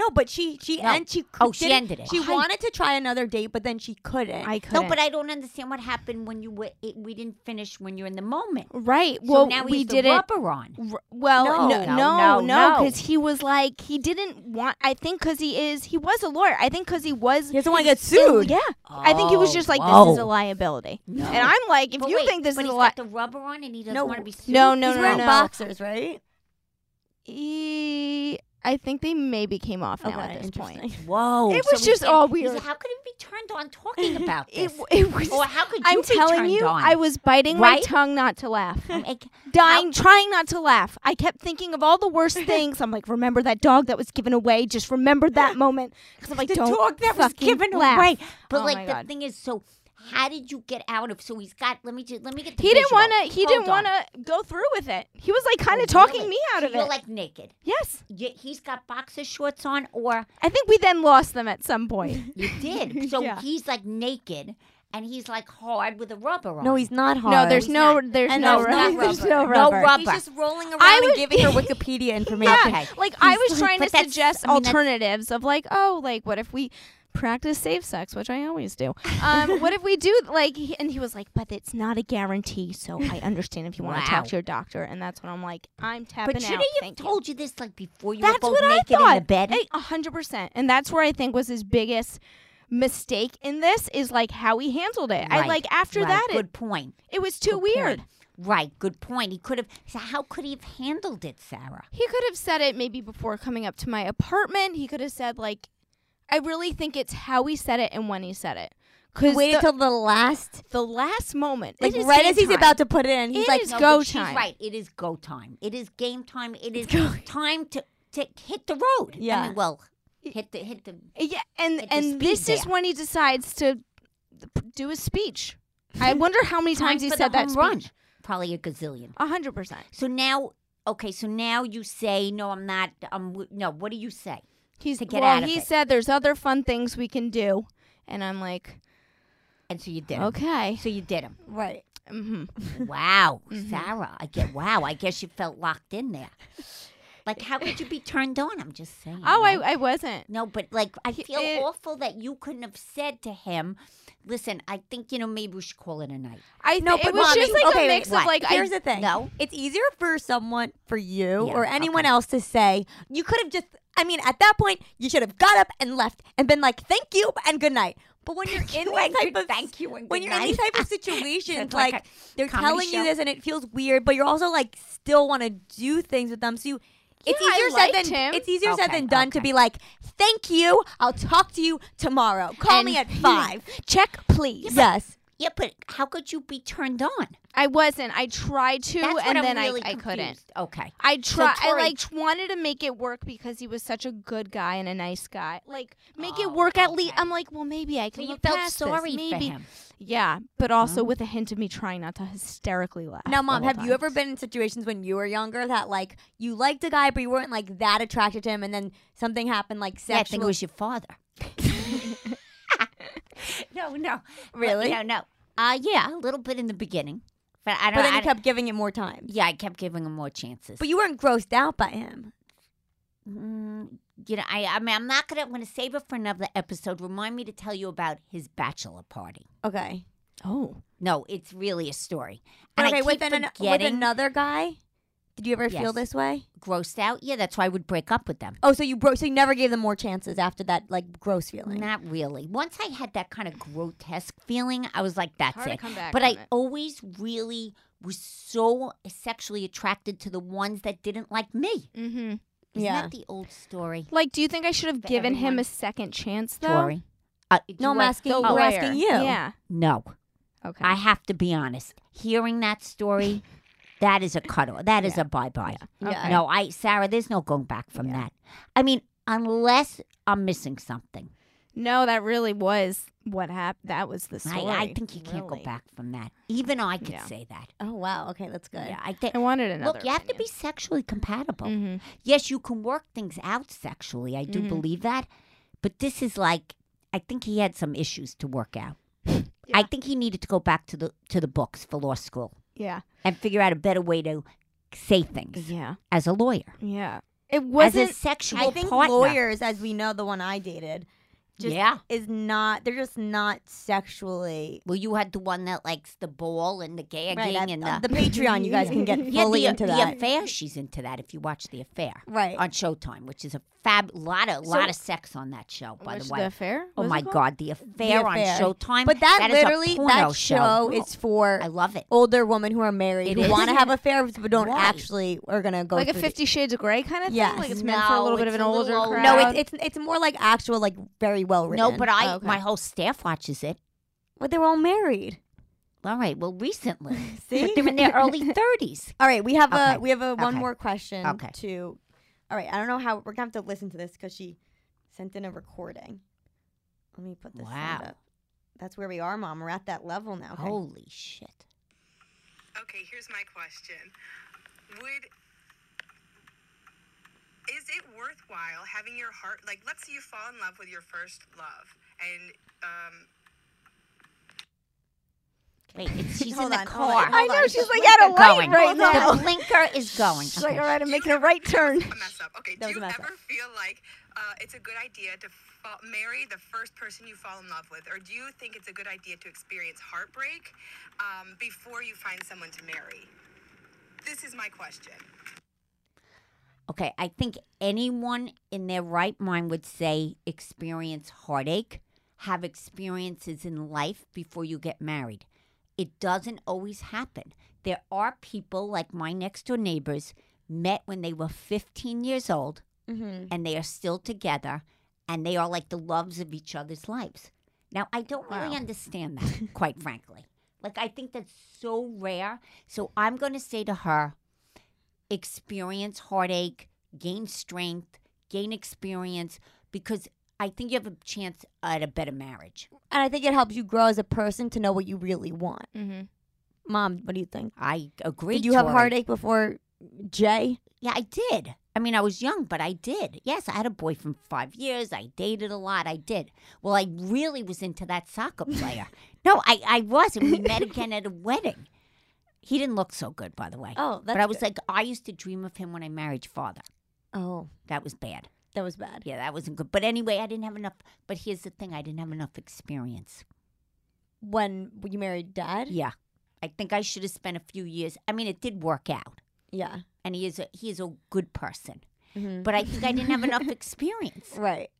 A: no, but she she
B: No.
A: and she
B: Oh, she
A: didn't-
B: ended it.
A: She
B: I-
A: wanted to try another date, but then she couldn't.
E: I couldn't.
B: No, but I don't understand what happened when you were. It, we didn't finish when you're in the moment.
E: right.
B: So
E: well,
B: now he
E: we
B: has the
E: did it.
B: rubber on.
E: r- Well,
B: No,
E: no,
B: no,
E: no,
B: no,
E: no,
B: no.
E: because he was like, he didn't want. I think because he is, he was a lawyer. I think because he was.
A: he doesn't want to get sued.
E: Yeah, I think he was
B: Oh,
E: just like,
B: whoa.
E: this is a liability.
B: No.
E: And I'm like, if
B: But
E: you
B: wait,
E: think this
B: but
E: is a
B: he's
E: li-
B: got the rubber on and he doesn't
A: No,
B: want to be sued.
E: no, no,
A: He's
E: no,
A: wearing
E: no.
A: boxers, right?
E: E- I think they maybe came off now at this point.
B: Whoa.
E: It
B: "Oh, so
E: was
B: we
E: just
B: can't-
E: all
B: we-
E: weird.
B: How could it be turned on talking about
E: It,
B: this?
E: w- it was.
B: or how could you be
E: I'm telling
B: turned
E: you,
B: on?
E: I was biting my
B: Right?
E: tongue not to laugh.
B: Like,
E: dying, trying not to laugh. I kept thinking of all the worst things. I'm like, remember that dog that was given away? Just remember that moment. Because I'm like,
B: the
E: don't
B: dog that was
E: fucking
B: given
E: laugh.
B: away. But
E: Oh my
B: like the
E: God.
B: thing is, so how did you get out of? So he's got. Let me just let me get. The
E: He didn't
B: want
E: want to. He didn't want to go through with it. He was like kind of
B: Oh,
E: talking
B: really?
E: me out
B: So
E: of
B: You're
E: it.
B: like naked.
E: yes,
B: Y he's got boxer shorts on, or
E: I think we then lost them at some point.
B: you did. So he's like naked, and he's like hard with a rubber on.
A: No, he's not hard.
E: no, there's
B: he's
E: no.
B: not.
E: There's
A: And
E: no.
A: there's
E: ru-
A: not
E: there's
A: rubber.
E: no
A: No
E: rubber.
B: rubber.
A: He's just rolling around
E: I
A: and
E: would-
A: giving her Wikipedia information.
E: Yeah,
B: Okay.
E: like I
B: He's
E: was
B: like-
E: trying to
B: but that's-
E: suggest
B: I mean, that's-
E: alternatives of like, oh, like what if we practice safe sex, which I always do. Um, what if we do like? he- And he was like, but it's not a guarantee, so I understand if you want to
B: Wow.
E: talk to your doctor. And that's when I'm like, I'm tapping
B: But
E: out.
B: shouldn't you have
E: thank
B: told you this like before you
E: That's
B: were
E: what
B: both
E: I
B: naked
E: thought.
B: in the bed?
E: A hundred percent. And that's where I think was his biggest mistake in this is like how he handled it. I
B: Right,
E: like after
B: right,
E: that
B: Good
E: it,
B: point.
E: it was too
B: good
E: weird.
B: point. Right. Good point. He could have. So how could he have handled it, Sarah?
E: He could have said it maybe before coming up to my apartment. He could have said like, I really think it's how he said it and when he said it. Cause
A: Wait
E: the,
A: until the last,
E: the last moment,
A: like
E: it is
A: right
E: game
A: as he's
E: time.
A: about to put it in, he's
E: It
A: like,
E: is
B: No,
E: go
B: but she's
E: time.
B: right. It is go time. It is game time. It is time to, to hit the road. I
A: Yeah.
B: mean, well, hit the hit the.
E: Yeah, and
B: Hit the
E: and
B: speed
E: this is
B: there.
E: when he decides to do his speech. I wonder how many
B: time
E: times he
B: for the
E: said that
B: home run.
E: speech.
B: Probably a gazillion.
E: A hundred percent.
B: So now, okay. So now you say no. I'm not. I'm w- no. What do you say?
E: He's
B: to get
E: well,
B: out of
E: he
B: it.
E: said there's other fun things we can do, and I'm like,
B: And so you did. 'em.
E: okay,
B: So you did Mm-hmm. him.
A: right.
E: hmm
B: Wow,
E: Mm-hmm.
B: Sarah. I get. Wow. I guess you felt locked in there. Like, how could you be turned on? I'm just saying.
E: oh,
B: right?
E: I, I wasn't.
B: No, but like I feel
E: it-
B: awful that you couldn't have said to him, "Listen, I think you know maybe we should call it a night."
E: I
A: No,
E: th-
A: but
E: it was
A: Mom,
E: just
A: it-
E: like
A: okay,
E: a
A: wait,
E: mix
B: what?
E: of like
A: Here's
E: I,
A: the thing.
B: no.
A: It's easier for someone, for you
B: Yeah,
A: or anyone
B: okay.
A: else to say, you could have just, I mean, at that point, you should have got up and left and been like, thank you and good night. But when you're in
B: you
A: these
B: and good-
A: type of
B: thank you and
A: when
B: good
A: you're in these
B: night.
A: type of situations,
B: Sounds like
A: like,
B: a
A: they're
B: comedy
A: telling
B: show.
A: you this and it feels weird, but you're also like still want to do things with them. So you, it's
E: Yeah, I
A: easier said
E: liked
A: than
E: him.
A: it's easier said
B: Okay,
A: than done to
B: okay.
A: be like, thank you, I'll talk to you tomorrow. Call me at five.
E: Check, please.
A: yes.
B: Yeah, but how could you be turned on?
E: I wasn't. I tried to,
B: That's what
E: and
B: I'm
E: then
B: really
E: I, I couldn't.
B: confused. Okay.
E: I tried. I
B: Tori-
E: like tr- wanted to make it work because he was such a good guy and a nice guy. Like make it work at least. I'm like, well, maybe I
B: So
E: can.
B: you
E: look
B: felt
E: past this.
B: sorry
E: maybe.
B: for him.
E: Yeah, but also with a hint of me trying not to hysterically laugh.
A: Now, mom,
E: the whole
A: have you
E: time.
A: ever been in situations when you were younger that like you liked a guy but you weren't like that attracted to him, and then something happened like oh,
B: Yeah, I think
A: sexual?
B: it was your father. no, no,
A: Really?
B: no, no. Uh, yeah, a little bit in the beginning, but I don't.
A: but then
B: I
A: you
B: don't-
A: kept giving it more time.
B: yeah, I kept giving him more chances.
A: But you weren't grossed out by him.
B: Mm, you know, I, I mean, I'm not gonna. I'm gonna save it for another episode. Remind me to tell you about his bachelor party.
A: Okay.
E: Oh,
B: No, it's really a story.
A: But
B: And
A: okay,
B: I
A: with,
B: keep
A: an, with
B: forgetting
A: another guy, did you ever feel
B: Yes.
A: this way?
B: grossed out. Yeah, that's why I would break up with them.
A: Oh, so you bro- so you never gave them more chances after that like gross feeling.
B: Not really. Once I had that kind of grotesque feeling, I was like, "That's
E: hard to
B: it."
E: come back
B: But I
E: from it.
B: always really was so sexually attracted to the ones that didn't like me.
E: mm-hmm.
B: Isn't
A: Yeah.
B: that the old story,
E: Like, do you think I should have
B: For
E: given him
B: everyone.
E: a second chance though?
B: Tori? Uh,
A: No,
B: do
A: I'm
B: I-
A: asking.
E: The
A: We're
E: lawyer.
A: asking you.
E: Yeah.
B: no.
E: Okay.
B: I have to be honest. Hearing that story, that is a cutoff. That is a bye bye.
A: Yeah.
B: No, I Sarah, there's no going back from that. I mean, unless I'm missing something.
E: no, that really was what happened. That was the
B: I,
E: story.
B: I think you can't
E: really.
B: go back from that. Even I could
E: Yeah.
B: say that.
A: Oh wow. Okay, that's good.
B: Yeah, I think.
E: I wanted another.
B: Look, you have to be sexually compatible.
E: hmm
B: Yes, you can work things out sexually. I do
E: Mhm.
B: believe that. But this is like, I think he had some issues to work out. I think he needed to go back to the to the books for law school
E: Yeah.
B: and figure out a better way to say things.
E: Yeah.
B: as a lawyer,
E: Yeah. It
B: as a
E: wasn't.
B: sexual
A: I think
B: partner.
A: lawyers, as we know, the one I dated, just
B: yeah.
A: is not. They're just not sexually.
B: Well, you had the one that likes the ball and the gagging
A: Right, that-
B: and
A: uh,
B: the,
A: the Patreon, you guys can get
B: yeah,
A: fully
B: the,
A: into
B: the
A: that.
B: affair. She's into that if you watch the affair
A: Right.
B: on Showtime, which is a fab lot of lot of sex on that show. By the
E: Which
B: way,
E: the affair?
B: oh
E: What is it
B: my
E: called?
B: God, the affair,
A: Affair.
B: on Showtime.
A: But that,
B: is a
A: literally,
B: porno
A: that
E: Oh.
A: show is for
B: I love it.
A: older women who are married
B: It
A: who
B: is.
A: want to have affairs but don't
B: Right.
A: actually are gonna go
E: Like a
A: through
E: Fifty Shades of Grey kind of
A: Yes.
E: thing. Like it's meant for a
B: No,
E: little bit of
B: it's
E: an
B: a
E: older
B: little
A: The,
E: crowd.
A: no,
B: crowd.
A: it's it's it's more like actual like very well written.
B: No, but I
E: Oh, Okay.
B: my whole staff watches it.
A: but they were all married.
B: All right. Well, recently,
A: See?
B: but they're in their early thirties.
A: All right, we have
B: Okay.
A: a we have a one
B: Okay.
A: more question.
B: Okay.
A: To, all right, I don't know how we're gonna have to listen to this because she sent in a recording. Let me put this. sound
B: Wow.
A: up. That's where we are, Mom. We're at that level now. Okay.
B: Holy shit!
F: Okay, here's my question. Would is it worthwhile having your heart like let's say you fall in love with your first love and um
B: Wait, it's, she's in
A: Hold
B: the
A: on, hold
B: car.
A: on.
E: I
A: Hold
E: know
A: on.
E: she's like out of light
B: going.
E: right now.
B: The blinker is going.
E: She's
B: Okay.
E: like, all right, I'm making a right turn.
F: a mess up. Okay,
A: That
F: do
A: was
F: you
A: a mess up.
F: ever feel like uh, it's a good idea to fall, marry the first person you fall in love with, or do you think it's a good idea to experience heartbreak um, before you find someone to marry? This is my question.
B: Okay, I think anyone in their right mind would say experience heartache, have experiences in life before you get married. It doesn't always happen. There are people like my next door neighbors met when they were 15 years old and they are still together and they are like the loves of each other's lives. Now, I don't really understand that, quite frankly. Like, I think that's so rare. So I'm going to say to her, experience heartache, gain strength, gain experience, because I think you have a chance at a better marriage.
A: And I think it helps you grow as a person to know what you really want.
E: Mhm.
A: Mom, what do you think?
B: I agree.
A: Did you have
B: Tori.
A: heartache before Jay?
B: Yeah, I did. I mean, I was young, but I did. Yes, I had a boyfriend for five years. I dated a lot. I did. Well, I really was into that soccer player. no, I, I wasn't. We met again at a wedding. He didn't look so good, by the way.
A: Oh,
B: but
A: that's
B: I was like, I used to dream of him when I married your father.
A: Oh,
B: That was bad.
A: that was bad.
B: Yeah, that wasn't good. But anyway, I didn't have enough. But here's the thing I didn't have enough experience.
A: When you married Dad?
B: Yeah. I think I should have spent a few years. I mean, it did work out.
A: Yeah. Mm-hmm.
B: And he is a, he is a good person. But I think I didn't have enough experience.
A: Right.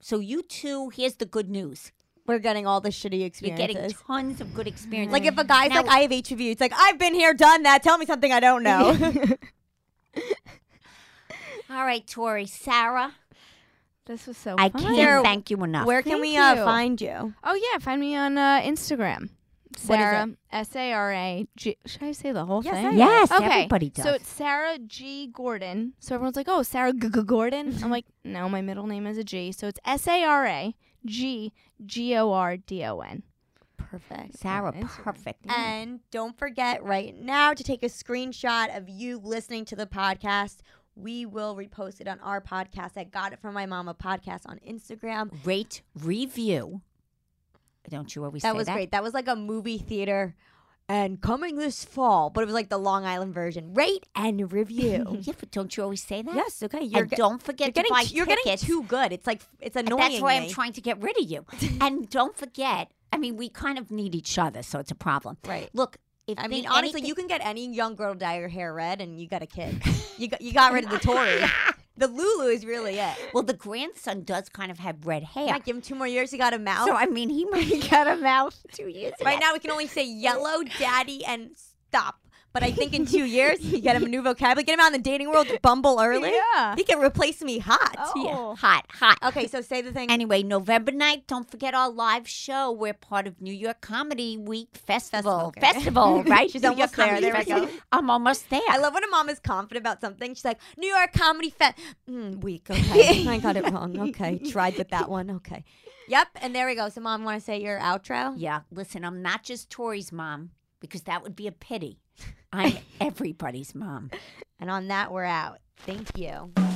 B: So you two, here's the good news.
A: We're getting all the shitty
B: You're
A: experiences.
B: getting tons of good experience.
A: like if a guy's
B: Now-
A: like, I have HIV, it's like I've been here, done that. Tell me something I don't know.
B: All right, Tori, Sarah,
E: This was so
B: I
E: fun.
B: can't
A: Sarah,
B: thank you enough.
A: Where can
E: Thank
A: we uh,
E: you.
A: find you?
E: Oh yeah, find me on uh, Instagram. Sarah S A R A G. Should I say the whole
A: Yes,
E: thing?
A: say it.
B: yes,
E: Okay.
B: everybody does.
E: So it's Sarah G Gordon. So everyone's like, "Oh, Sarah G G- Gordon." I'm like, "No, my middle name is a G." So it's S A R A G G O R D O N.
A: Perfect.
B: Sarah,
E: on Instagram.
B: perfect.
A: And don't forget right now to take a screenshot of you listening to the podcast. We will repost it on our podcast at Got It From My Mama podcast on Instagram.
B: Rate, review. Don't you always
A: That
B: say
A: was
B: that?
A: great. That was like a movie theater and coming this fall, but it was like the Long Island version. Rate and review.
B: Yeah, but don't you always say that?
A: yes, okay. You're
B: and
A: ge-
B: don't forget
A: you're getting
B: to buy
A: you're getting
B: tickets.
A: too good. It's like it's annoying.
B: That's why I'm
A: me.
B: trying to get rid of you. and don't forget, I mean, we kind of need each other, so it's a problem.
A: Right.
B: Look, if
A: I
B: they-
A: mean, honestly,
B: anything-
A: you can get any young girl to dye her hair red, and you got a kid. you got you got rid of the Tory. the Lulu is really it.
B: Well, the grandson does kind of have red hair.
A: Might give him two more years. He got a mouth.
B: so I mean, he might have got a mouth two years ago.
A: right now, we can only say yellow, daddy, and stop. But I think in two years, you get him a new vocabulary. Get him out in the dating world. Bumble early.
E: Yeah.
A: he can replace me hot.
E: Oh.
B: hot, hot.
A: Okay, so say the thing.
B: Anyway, November 9th, don't forget our live show. We're part of New York Comedy Week Festival.
A: Festival, okay.
B: Festival, right?
A: She's
B: New
A: almost
B: York
A: there.
B: Comedy
A: There we
B: Festival.
A: go.
B: I'm almost there.
A: I love when a mom is confident about something. She's like, New York Comedy Fest mm, week. Okay, I got it wrong. Okay, tried with that one. Okay, yep. And there we go. So, mom, want to say your outro?
B: Yeah, listen, I'm not just Tori's mom because that would be a pity. I'm everybody's mom.
A: And on that, we're out. Thank you.